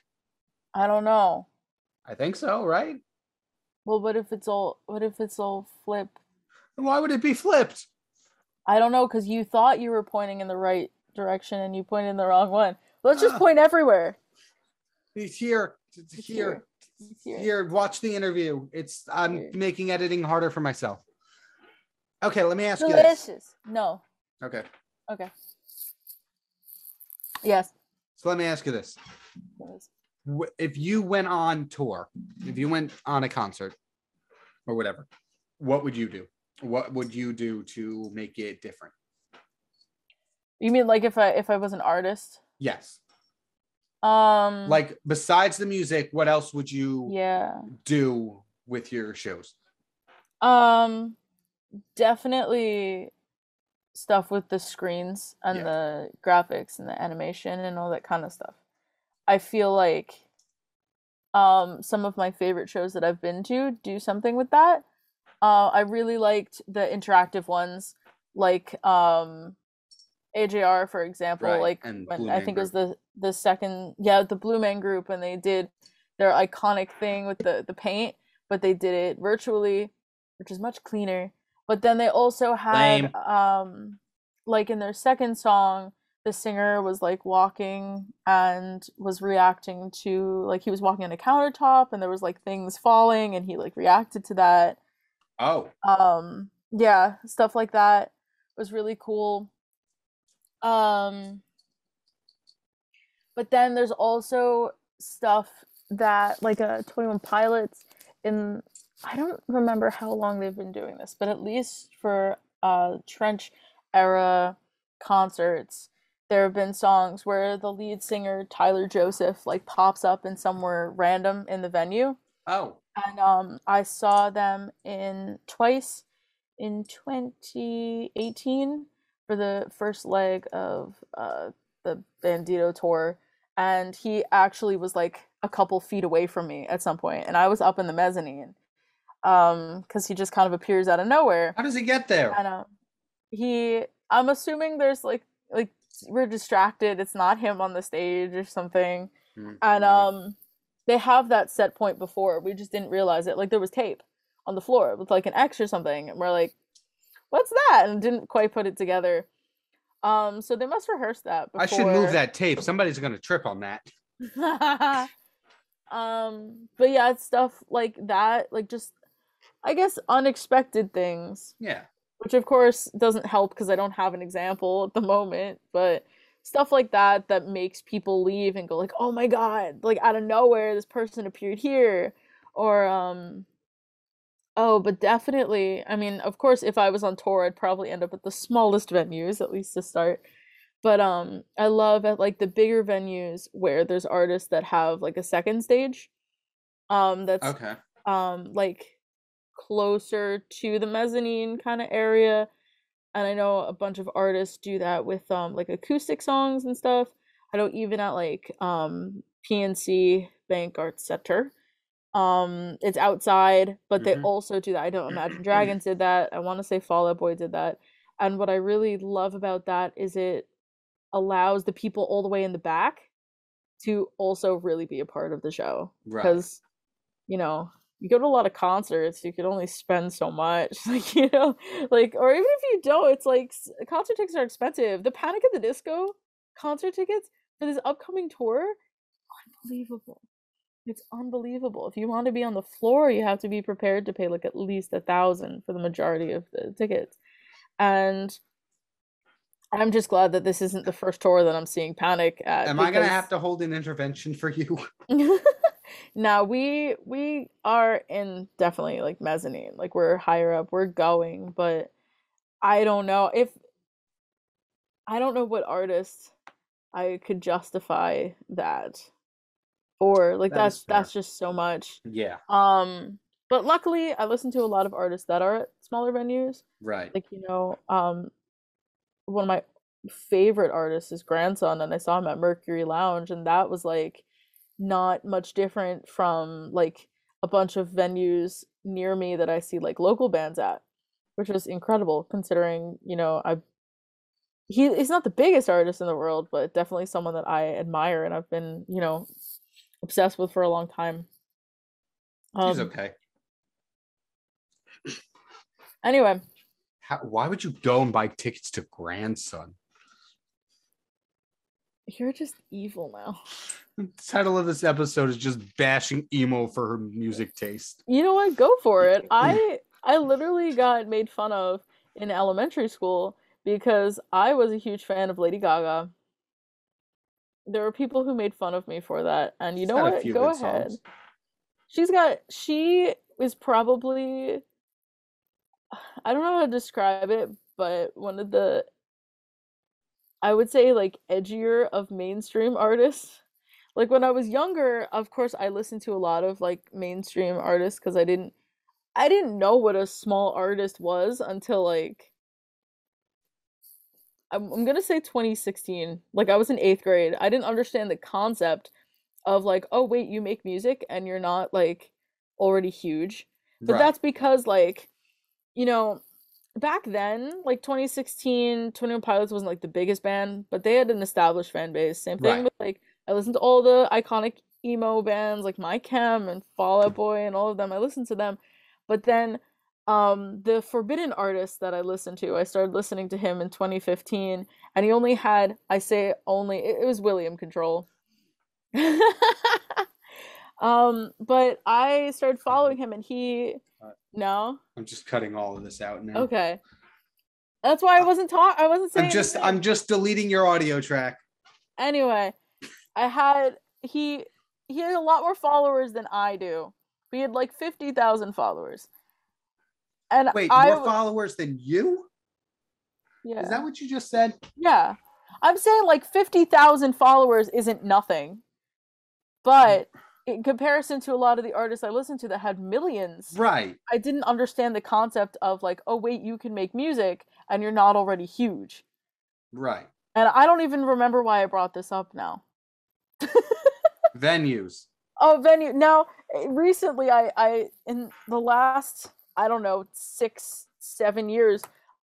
Speaker 1: I don't know.
Speaker 2: I think so. Right?
Speaker 1: Well, what if it's all what if it's all flip?
Speaker 2: Why would it be flipped?
Speaker 1: I don't know because you thought you were pointing in the right direction and you pointed in the wrong one. Let's just point everywhere.
Speaker 2: It's here. It's
Speaker 1: It's
Speaker 2: here.
Speaker 1: here. It's here.
Speaker 2: Here, watch the interview. It's I'm
Speaker 1: Here.
Speaker 2: making editing harder for myself. Okay, let me ask you this.
Speaker 1: Delicious. No.
Speaker 2: Okay,
Speaker 1: Okay. Yes.
Speaker 2: so let me ask you this:
Speaker 1: Yes.
Speaker 2: Wh- If you went on tour, if you went on a concert or whatever, what would you do? What would you do to make it different?
Speaker 1: You mean like if I if I was an artist?
Speaker 2: Yes,
Speaker 1: Um.
Speaker 2: like besides the music, what else would you
Speaker 1: Yeah.
Speaker 2: do with your shows?
Speaker 1: Um. Definitely stuff with the screens and
Speaker 2: Yeah.
Speaker 1: the graphics and the animation and all that kind of stuff. I feel like um some of my favorite shows that I've been to do something with that. Uh I really liked the interactive ones like um AJR for example
Speaker 2: Right,
Speaker 1: like
Speaker 2: and
Speaker 1: when
Speaker 2: Blue
Speaker 1: I
Speaker 2: Man
Speaker 1: think it was the the second yeah the Blue Man group and they did their iconic thing with the the paint but they did it virtually which is much cleaner but then they also had
Speaker 3: Lame.
Speaker 1: um like in their second song the singer was like walking and was reacting to like he was walking on a countertop and there was like things falling and he like reacted to that
Speaker 2: Oh,
Speaker 1: um yeah stuff like that was really cool um but then there's also stuff that like uh 21 pilots in i don't remember how long they've been doing this but at least for uh trench era concerts there have been songs where the lead singer tyler joseph like pops up in somewhere random in the venue
Speaker 2: oh,
Speaker 1: and um I saw them in twice in 2018 for the first leg of uh the Bandito tour and he actually was like a couple feet away from me at some point and I was up in the mezzanine um cuz he just kind of appears out of nowhere
Speaker 2: how does he get there?
Speaker 1: and um he I'm assuming there's like like we're distracted it's not him on the stage or something
Speaker 2: Mm,
Speaker 1: and
Speaker 2: mm.
Speaker 1: um they have that set point before we just didn't realize it like there was tape on the floor with like an x or something and we're like what's that and didn't quite put it together um so they must rehearse that before.
Speaker 2: I should move that tape. Somebody's gonna trip on that.
Speaker 1: um but yeah it's stuff like that like just i guess unexpected things
Speaker 2: Yeah.
Speaker 1: which of course doesn't help because I don't have an example at the moment, but stuff like that that makes people leave and go like, "Oh my god, like out of nowhere this person appeared here." Or um oh, but definitely, I mean, of course if I was on tour, I'd probably end up at the smallest venues at least to start. But um I love at like the bigger venues where there's artists that have like a second stage um that's
Speaker 2: Okay.
Speaker 1: um like closer to the mezzanine kind of area and i know a bunch of artists do that with um like acoustic songs and stuff i know even at like um pnc bank art center um it's outside but they
Speaker 2: Mhm.
Speaker 1: also do that i know imagine dragons did that i want to say fall out boy did that and what i really love about that is it allows the people all the way in the back to also really be a part of the show
Speaker 2: Right.
Speaker 1: because you know you go to a lot of concerts you can only spend so much like you know like or even if you don't it's like s- concert tickets are expensive the panic at the disco concert tickets for this upcoming tour unbelievable It's unbelievable. If you want to be on the floor, you have to be prepared to pay like at least a thousand for the majority of the tickets. And I'm just glad that this isn't the first tour that I'm seeing Panic at.
Speaker 2: Am I
Speaker 1: Uh,
Speaker 2: gonna
Speaker 1: because-
Speaker 2: have to hold an intervention for you?
Speaker 1: now we we are in definitely like mezzanine like we're higher up we're going but i don't know if i don't know what artist i could justify that for like
Speaker 2: That
Speaker 1: that's
Speaker 2: is fair.
Speaker 1: that's just so much
Speaker 2: Yeah,
Speaker 1: um but luckily i listen to a lot of artists that are at smaller venues
Speaker 2: right.
Speaker 1: like you know um one of my favorite artists is grandson and i saw him at mercury lounge and that was like not much different from like a bunch of venues near me that i see like local bands at which was incredible considering you know i he he's not the biggest artist in the world but definitely someone that i admire and i've been you know obsessed with for a long time
Speaker 2: He's
Speaker 1: Um,
Speaker 2: okay.
Speaker 1: anyway
Speaker 2: How, why would you go and buy tickets to grandson?
Speaker 1: you're just evil now
Speaker 2: The title of this episode is just bashing emo for her music taste.
Speaker 1: you know what go for it i i literally got made fun of in elementary school because i was a huge fan of lady gaga there were people who made fun of me for that and you
Speaker 2: She's
Speaker 1: know
Speaker 2: got a
Speaker 1: what
Speaker 2: few
Speaker 1: go
Speaker 2: hit
Speaker 1: ahead
Speaker 2: songs.
Speaker 1: she's got she is probably i don't know how to describe it but one of the i would say like edgier of mainstream artists like when i was younger of course i listened to a lot of like mainstream artists because i didn't i didn't know what a small artist was until like I'm, I'm gonna say 2016 like i was in eighth grade i didn't understand the concept of like oh wait you make music and you're not like already huge but
Speaker 2: Right.
Speaker 1: that's because like you know back then like 2016 21 pilots wasn't like the biggest band but they had an established fan base same thing
Speaker 2: Right.
Speaker 1: with like i listened to all the iconic emo bands like my chem and fall out boy and all of them i listened to them but then um the forbidden artist that i listened to i started listening to him in 2015 and he only had i say only it, it was william control um but i started following him and he
Speaker 2: Uh,
Speaker 1: no
Speaker 2: I'm just cutting all of this out now.
Speaker 1: okay that's why i wasn't talking i wasn't saying
Speaker 2: Mm. I'm just
Speaker 1: anything.
Speaker 2: I'm just deleting your audio track.
Speaker 1: anyway i had he he had a lot more followers than i do we had like 50000 followers and
Speaker 2: Wait,
Speaker 1: Uh, i
Speaker 2: more
Speaker 1: w-
Speaker 2: followers than you?
Speaker 1: yeah.
Speaker 2: Is that what you just said?
Speaker 1: Yeah. I'm saying like 50,000 followers isn't nothing. But in comparison to a lot of the artists I listened to that had millions,
Speaker 2: Right.
Speaker 1: I didn't understand the concept of like, oh, wait, you can make music and you're not already huge.
Speaker 2: Right.
Speaker 1: And I don't even remember why I brought this up now.
Speaker 2: Venues.
Speaker 1: Oh, venue. Now, eh, recently, I, I in the last, I don't know, six, seven years,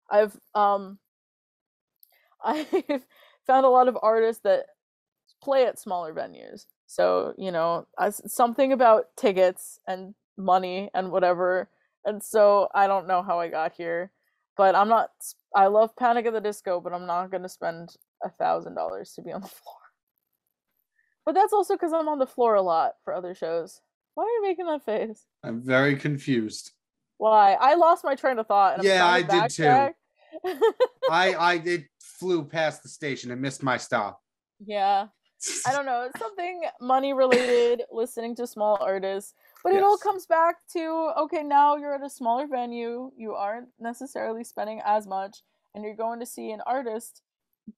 Speaker 1: I've um, I've found a lot of artists that play at smaller venues. So you know, as, something about tickets and money and whatever. And so I don't know how I got here, but I'm not. s- I love Panic at the Disco, but I'm not going to spend a thousand dollars to be on the floor. But that's also because I'm on the floor a lot for other shows. Why are you making that face?
Speaker 2: I'm very confused.
Speaker 1: Why? I lost my train of thought. And
Speaker 2: Yeah,
Speaker 1: I'm trying
Speaker 2: I
Speaker 1: to
Speaker 2: did
Speaker 1: backtrack.
Speaker 2: I I it flew past the station and missed my stop.
Speaker 1: yeah, I don't know. It's something money related, listening to small artists. But it all
Speaker 2: Yes.
Speaker 1: comes back to okay, now you're at a smaller venue. You aren't necessarily spending as much, and you're going to see an artist.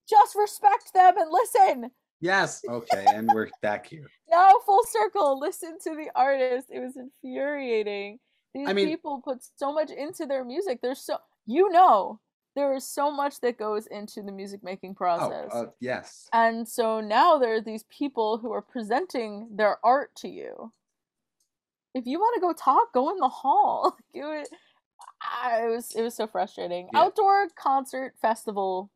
Speaker 1: Just respect them and listen.
Speaker 2: Yes. Okay, and we're back here.
Speaker 1: now full circle listen to the artist it was infuriating these
Speaker 2: mean-
Speaker 1: people put so much into their music there's so you know there is so much that goes into the music making
Speaker 2: Oh,
Speaker 1: process
Speaker 2: uh, yes.
Speaker 1: and so now there are these people who are presenting their art to you if you want to go talk go in the hall Like, it was, I- it was it was so frustrating
Speaker 2: Yeah.
Speaker 1: outdoor concert festival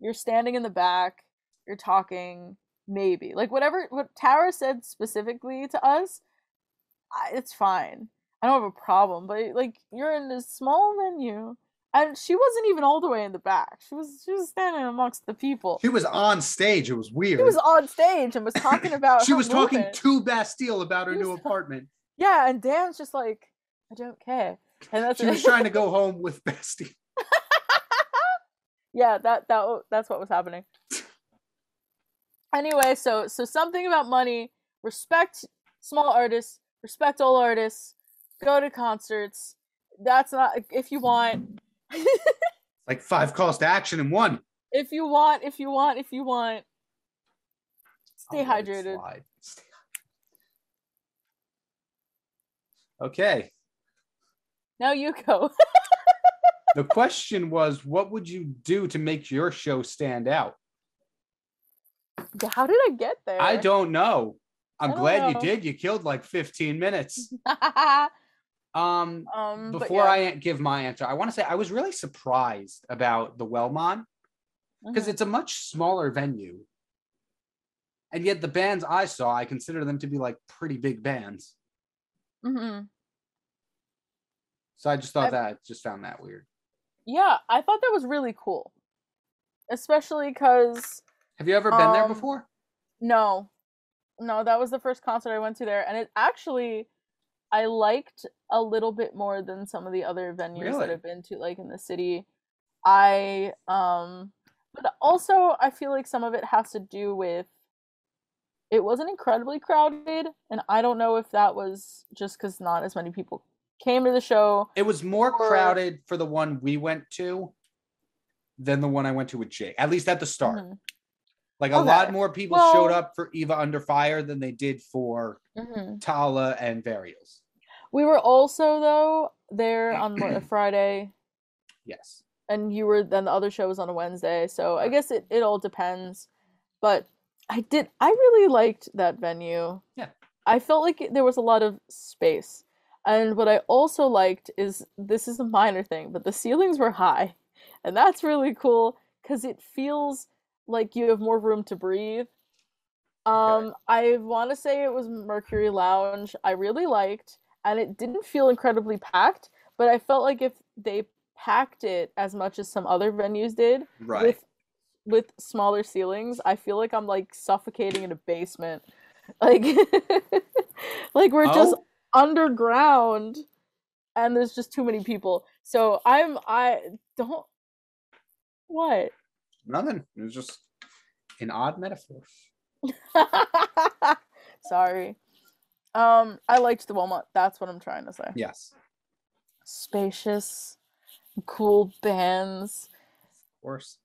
Speaker 1: you're standing in the back you're talking maybe like whatever what tara said specifically to us I, it's fine i don't have a problem but like you're in this small venue and she wasn't even all the way in the back. She was she was standing amongst the people.
Speaker 2: She was on stage. It was weird.
Speaker 1: Oh. She was on stage and was talking about.
Speaker 2: She
Speaker 1: her
Speaker 2: was talking
Speaker 1: movement.
Speaker 2: to Bastille about her
Speaker 1: She
Speaker 2: new
Speaker 1: was-
Speaker 2: apartment.
Speaker 1: Yeah, and Dan's just like, I don't care, and that's
Speaker 2: She was trying to go home with Bastille.
Speaker 1: yeah that that wa- that's what was happening anyway so so something about money respect small artists respect all artists go to concerts that's not if you want
Speaker 2: Like five calls to action in one.
Speaker 1: if you want if you want if you want stay
Speaker 2: I'll let it
Speaker 1: hydrated
Speaker 2: slide. Oh, Stay hy- Okay.
Speaker 1: now you go
Speaker 2: The question was, what would you do to make your show stand out?
Speaker 1: Yeah, how did i get there
Speaker 2: I don't know. I'm
Speaker 1: I don't
Speaker 2: glad
Speaker 1: know.
Speaker 2: you did. You killed like 15 minutes. Um,
Speaker 1: um but
Speaker 2: before
Speaker 1: yeah.
Speaker 2: I give my answer, I want to say I was really surprised about the Wellmon because
Speaker 1: Mhm.
Speaker 2: it's a much smaller venue. And yet the bands I saw, I consider them to be like pretty big bands.
Speaker 1: Mhm.
Speaker 2: So I just thought
Speaker 1: I-
Speaker 2: that just found that weird.
Speaker 1: yeah i thought that was really cool especially because
Speaker 2: Have you ever been there
Speaker 1: Um,
Speaker 2: before?
Speaker 1: No, no, that was the first concert I went to there, and it actually I liked a little bit more than some of the other venues that
Speaker 2: Really?
Speaker 1: I've been to, like in the city. I um, but also I feel like some of it has to do with it wasn't incredibly crowded, and I don't know if that was just because not as many people came to the show.
Speaker 2: It was more
Speaker 1: or-
Speaker 2: crowded for the one we went to than the one I went to with Jake, at least at the start.
Speaker 1: Mhm,
Speaker 2: Like a
Speaker 1: Okay.
Speaker 2: lot more people showed
Speaker 1: Well-
Speaker 2: up for Eva Under Fire than they did for
Speaker 1: mhm.
Speaker 2: Tala and Varials.
Speaker 1: We were also though there on what, a Friday.
Speaker 2: Yes.
Speaker 1: and you were then the other show was on a Wednesday, so I guess it, it all depends. But I did I really liked that venue.
Speaker 2: Yeah.
Speaker 1: I felt like it- there was a lot of space. And what I also liked is this is a minor thing, but the ceilings were high. And that's really cool cuz it feels like you have more room to breathe. Um I want to say it was Mercury Lounge. I really liked and it didn't feel incredibly packed, but I felt like if they packed it as much as some other venues did
Speaker 2: Right.
Speaker 1: with with smaller ceilings i feel like i'm like suffocating in a basement like like we're just
Speaker 2: Oh,
Speaker 1: underground and there's just too many people so i'm i don't what
Speaker 2: nothing. It was just an odd metaphor.
Speaker 1: sorry um i liked the walmart that's what i'm trying to say
Speaker 2: Yes.
Speaker 1: spacious cool bands
Speaker 2: Of course.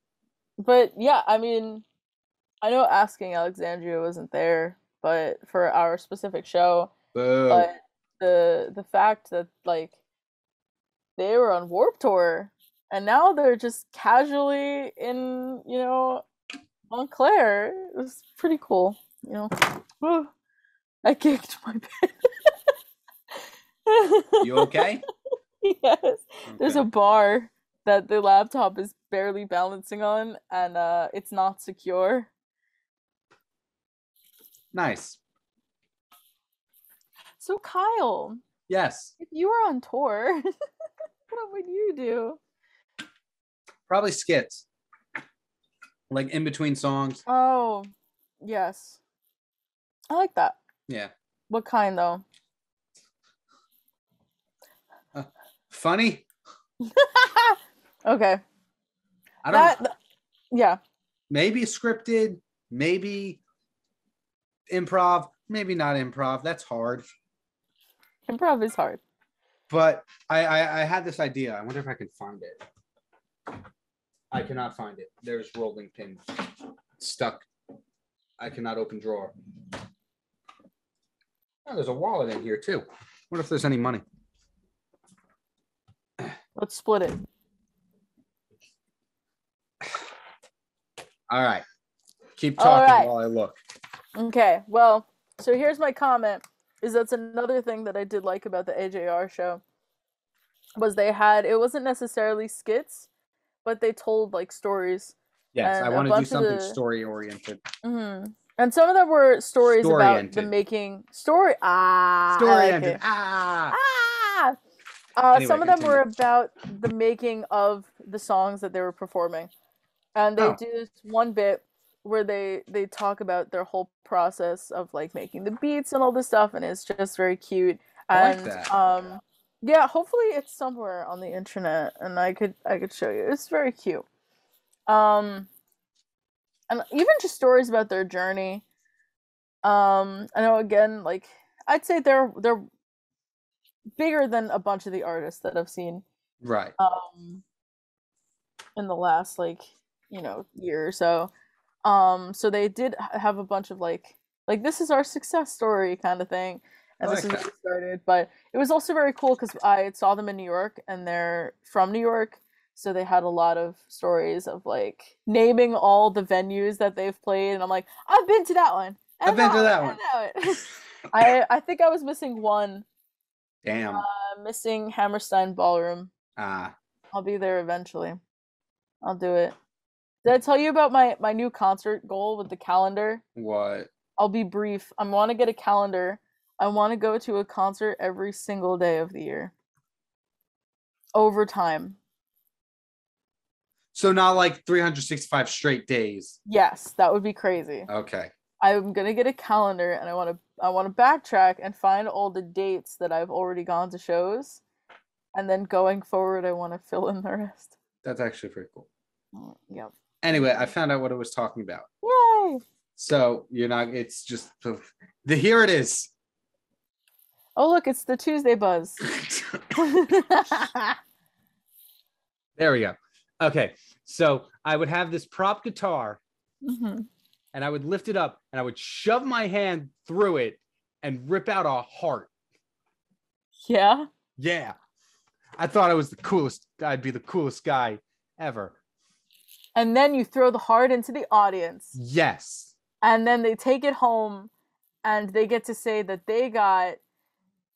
Speaker 1: But yeah, I mean, I know asking Alexandria wasn't there, but for our specific show,
Speaker 2: Boo.
Speaker 1: but the the fact that like they were on Warp Tour and now they're just casually in you know Montclair it was pretty cool. You know, Whew. I kicked my bed.
Speaker 2: you okay?
Speaker 1: yes there's a
Speaker 2: Okay.
Speaker 1: bar that the laptop is barely balancing on and uh it's not secure
Speaker 2: nice.
Speaker 1: so kyle
Speaker 2: Yes.
Speaker 1: if you were on tour what would you do
Speaker 2: Probably skits. Like in between songs.
Speaker 1: oh yes i like that
Speaker 2: Yeah.
Speaker 1: what kind though
Speaker 2: Funny.
Speaker 1: okay
Speaker 2: I don't
Speaker 1: that th- yeah
Speaker 2: maybe scripted, maybe improv, maybe not improv. That's hard.
Speaker 1: improv is hard
Speaker 2: But I, I, I had this idea. I wonder if I can find it. I cannot find it. There's rolling pin stuck. I cannot open drawer. Oh, there's a wallet in here too. What if there's any money?
Speaker 1: let's split it
Speaker 2: All right. Keep
Speaker 1: All
Speaker 2: talking
Speaker 1: right.
Speaker 2: while I look.
Speaker 1: Okay, well, so here's my comment is that's another thing that I did like about the AJR show was they had it wasn't necessarily skits, but they told like stories.
Speaker 2: Yes,
Speaker 1: And
Speaker 2: I
Speaker 1: Uh, a
Speaker 2: want to do
Speaker 1: bunch of
Speaker 2: something
Speaker 1: the-
Speaker 2: story oriented.
Speaker 1: hmm And some of them were stories about the
Speaker 2: Story-ented.
Speaker 1: making story ah I
Speaker 2: Story
Speaker 1: like
Speaker 2: oriented.
Speaker 1: it.
Speaker 2: Ah.
Speaker 1: Ah Uh,
Speaker 2: Anyway,
Speaker 1: some of them
Speaker 2: continue.
Speaker 1: were about the making of the songs that they were performing, and they
Speaker 2: Oh.
Speaker 1: do this one bit where they they talk about their whole process of like making the beats and all this stuff, and it's just very cute.
Speaker 2: I like
Speaker 1: and
Speaker 2: that.
Speaker 1: um, yeah, hopefully it's somewhere on the internet, and I could I could show you. It's very cute. Um, and even just stories about their journey. Um, I know again, like I'd say they're they're bigger than a bunch of the artists that I've seen
Speaker 2: Right.
Speaker 1: um in the last like you know year or so. Um, so they did h- have a bunch of like like this is our success story kind of thing, and
Speaker 2: I
Speaker 1: this
Speaker 2: like
Speaker 1: is where we started. But it was also very cool because I saw them in New York, and they're from New York, so they had a lot of stories of like naming all the venues that they've played, and I'm like, I've been to that one. and
Speaker 2: I've been to that
Speaker 1: and that one." I I think I was missing one.
Speaker 2: Damn.
Speaker 1: I'm missing Hammerstein Ballroom.
Speaker 2: Ah,
Speaker 1: I'll be there eventually. I'll do it. Did I tell you about my my new concert goal with the calendar?
Speaker 2: what?
Speaker 1: I'll be brief. I want to get a calendar. I want to go to a concert every single day of the year. Over time.
Speaker 2: So not like 365 straight days.
Speaker 1: Yes, that would be crazy.
Speaker 2: Okay.
Speaker 1: I'm going to get a calendar and I want to I want to backtrack and find all the dates that I've already gone to shows and then going forward I want to fill in the rest.
Speaker 2: That's actually pretty cool.
Speaker 1: Mm, Yep.
Speaker 2: Anyway, I found out what it was talking about.
Speaker 1: Yay!
Speaker 2: So you're not, it's just the here it is.
Speaker 1: Oh look, it's the Tuesday buzz.
Speaker 2: there we go. Okay. So I would have this prop guitar
Speaker 1: Mhm.
Speaker 2: and I would lift it up and I would shove my hand through it and rip out a heart.
Speaker 1: Yeah.
Speaker 2: Yeah. I thought I was the coolest. I'd be the coolest guy ever.
Speaker 1: And then you throw the heart into the audience.
Speaker 2: Yes.
Speaker 1: And then they take it home and they get to say that they got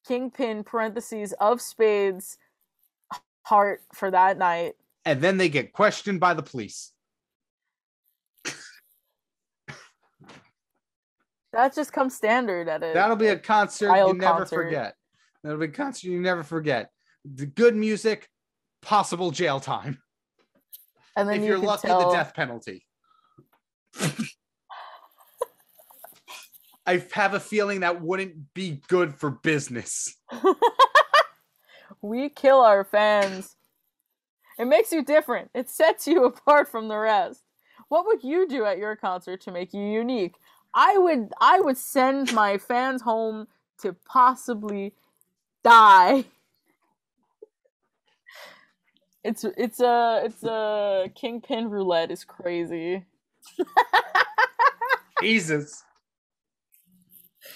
Speaker 1: Kingpin parentheses of spades heart for that night.
Speaker 2: And then they get questioned by the police.
Speaker 1: That just comes standard at it.
Speaker 2: That'll be a concert you
Speaker 1: Wild
Speaker 2: never
Speaker 1: concert.
Speaker 2: forget. That'll be a concert you never forget. The good music, possible jail time.
Speaker 1: and then
Speaker 2: if
Speaker 1: you
Speaker 2: you're
Speaker 1: could
Speaker 2: lucky,
Speaker 1: tell-
Speaker 2: the death penalty. I have a feeling that wouldn't be good for business.
Speaker 1: We kill our fans. It makes you different. It sets you apart from the rest. What would you do at your concert to make you unique? I would I would send my fans home to possibly die. It's it's a it's a kingpin roulette is crazy.
Speaker 2: Jesus.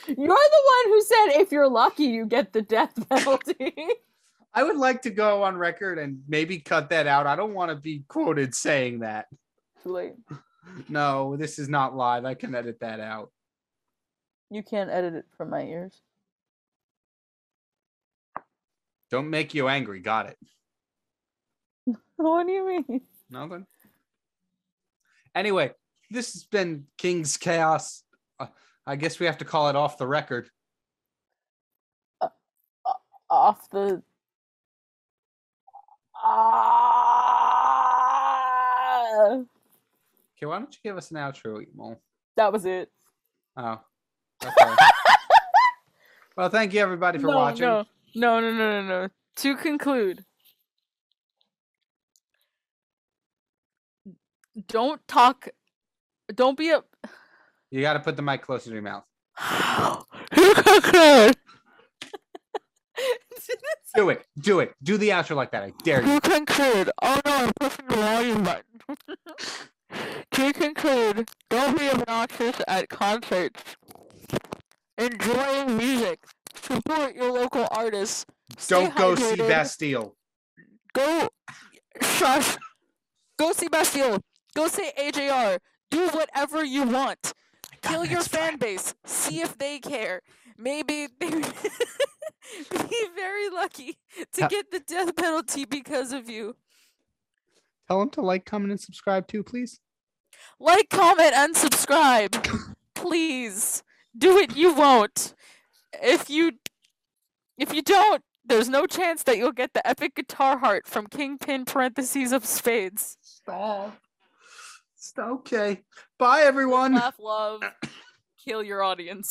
Speaker 1: You're the one who said if you're lucky you get the death penalty.
Speaker 2: I would like to go on record and maybe cut that out. I don't want to be quoted saying that.
Speaker 1: Too late.
Speaker 2: No, this is not live. I can edit that out.
Speaker 1: You can't edit it from my ears.
Speaker 2: Don't make you angry. Got it.
Speaker 1: What do you mean?
Speaker 2: Nothing. Anyway, this has been King's Chaos. Uh, I guess we have to call it off the record.
Speaker 1: off the ah!
Speaker 2: Okay, why don't you give us an outro, Emil?
Speaker 1: that was it
Speaker 2: Oh. Okay. well, thank you everybody for
Speaker 1: no,
Speaker 2: watching.
Speaker 1: no no no no no no to conclude don't talk don't be a
Speaker 2: You got to put the mic closer to your mouth.
Speaker 1: to conclude
Speaker 2: Do it. Do it. Do the outro like that. I dare you.
Speaker 1: to conclude oh no i'm pushing the volume button to conclude don't be obnoxious at concerts enjoy music. Support your local artists. Stay
Speaker 2: Don't go see
Speaker 1: hydrated.
Speaker 2: Bastille.
Speaker 1: Go, shush. Go see Bastille. Go see AJR. Do whatever you want. Kill your fan base. See if they care. Maybe they be very lucky to
Speaker 2: Ha-
Speaker 1: get the death penalty because of you.
Speaker 2: Tell them to like, comment, and subscribe too, please.
Speaker 1: Like, comment, and subscribe. Please do it. You won't. If you if you don't, There's no chance that you'll get the epic guitar heart from Kingpin parentheses of spades.
Speaker 5: Stop.
Speaker 2: Okay. Bye, everyone.
Speaker 1: Laugh, love, kill your audience.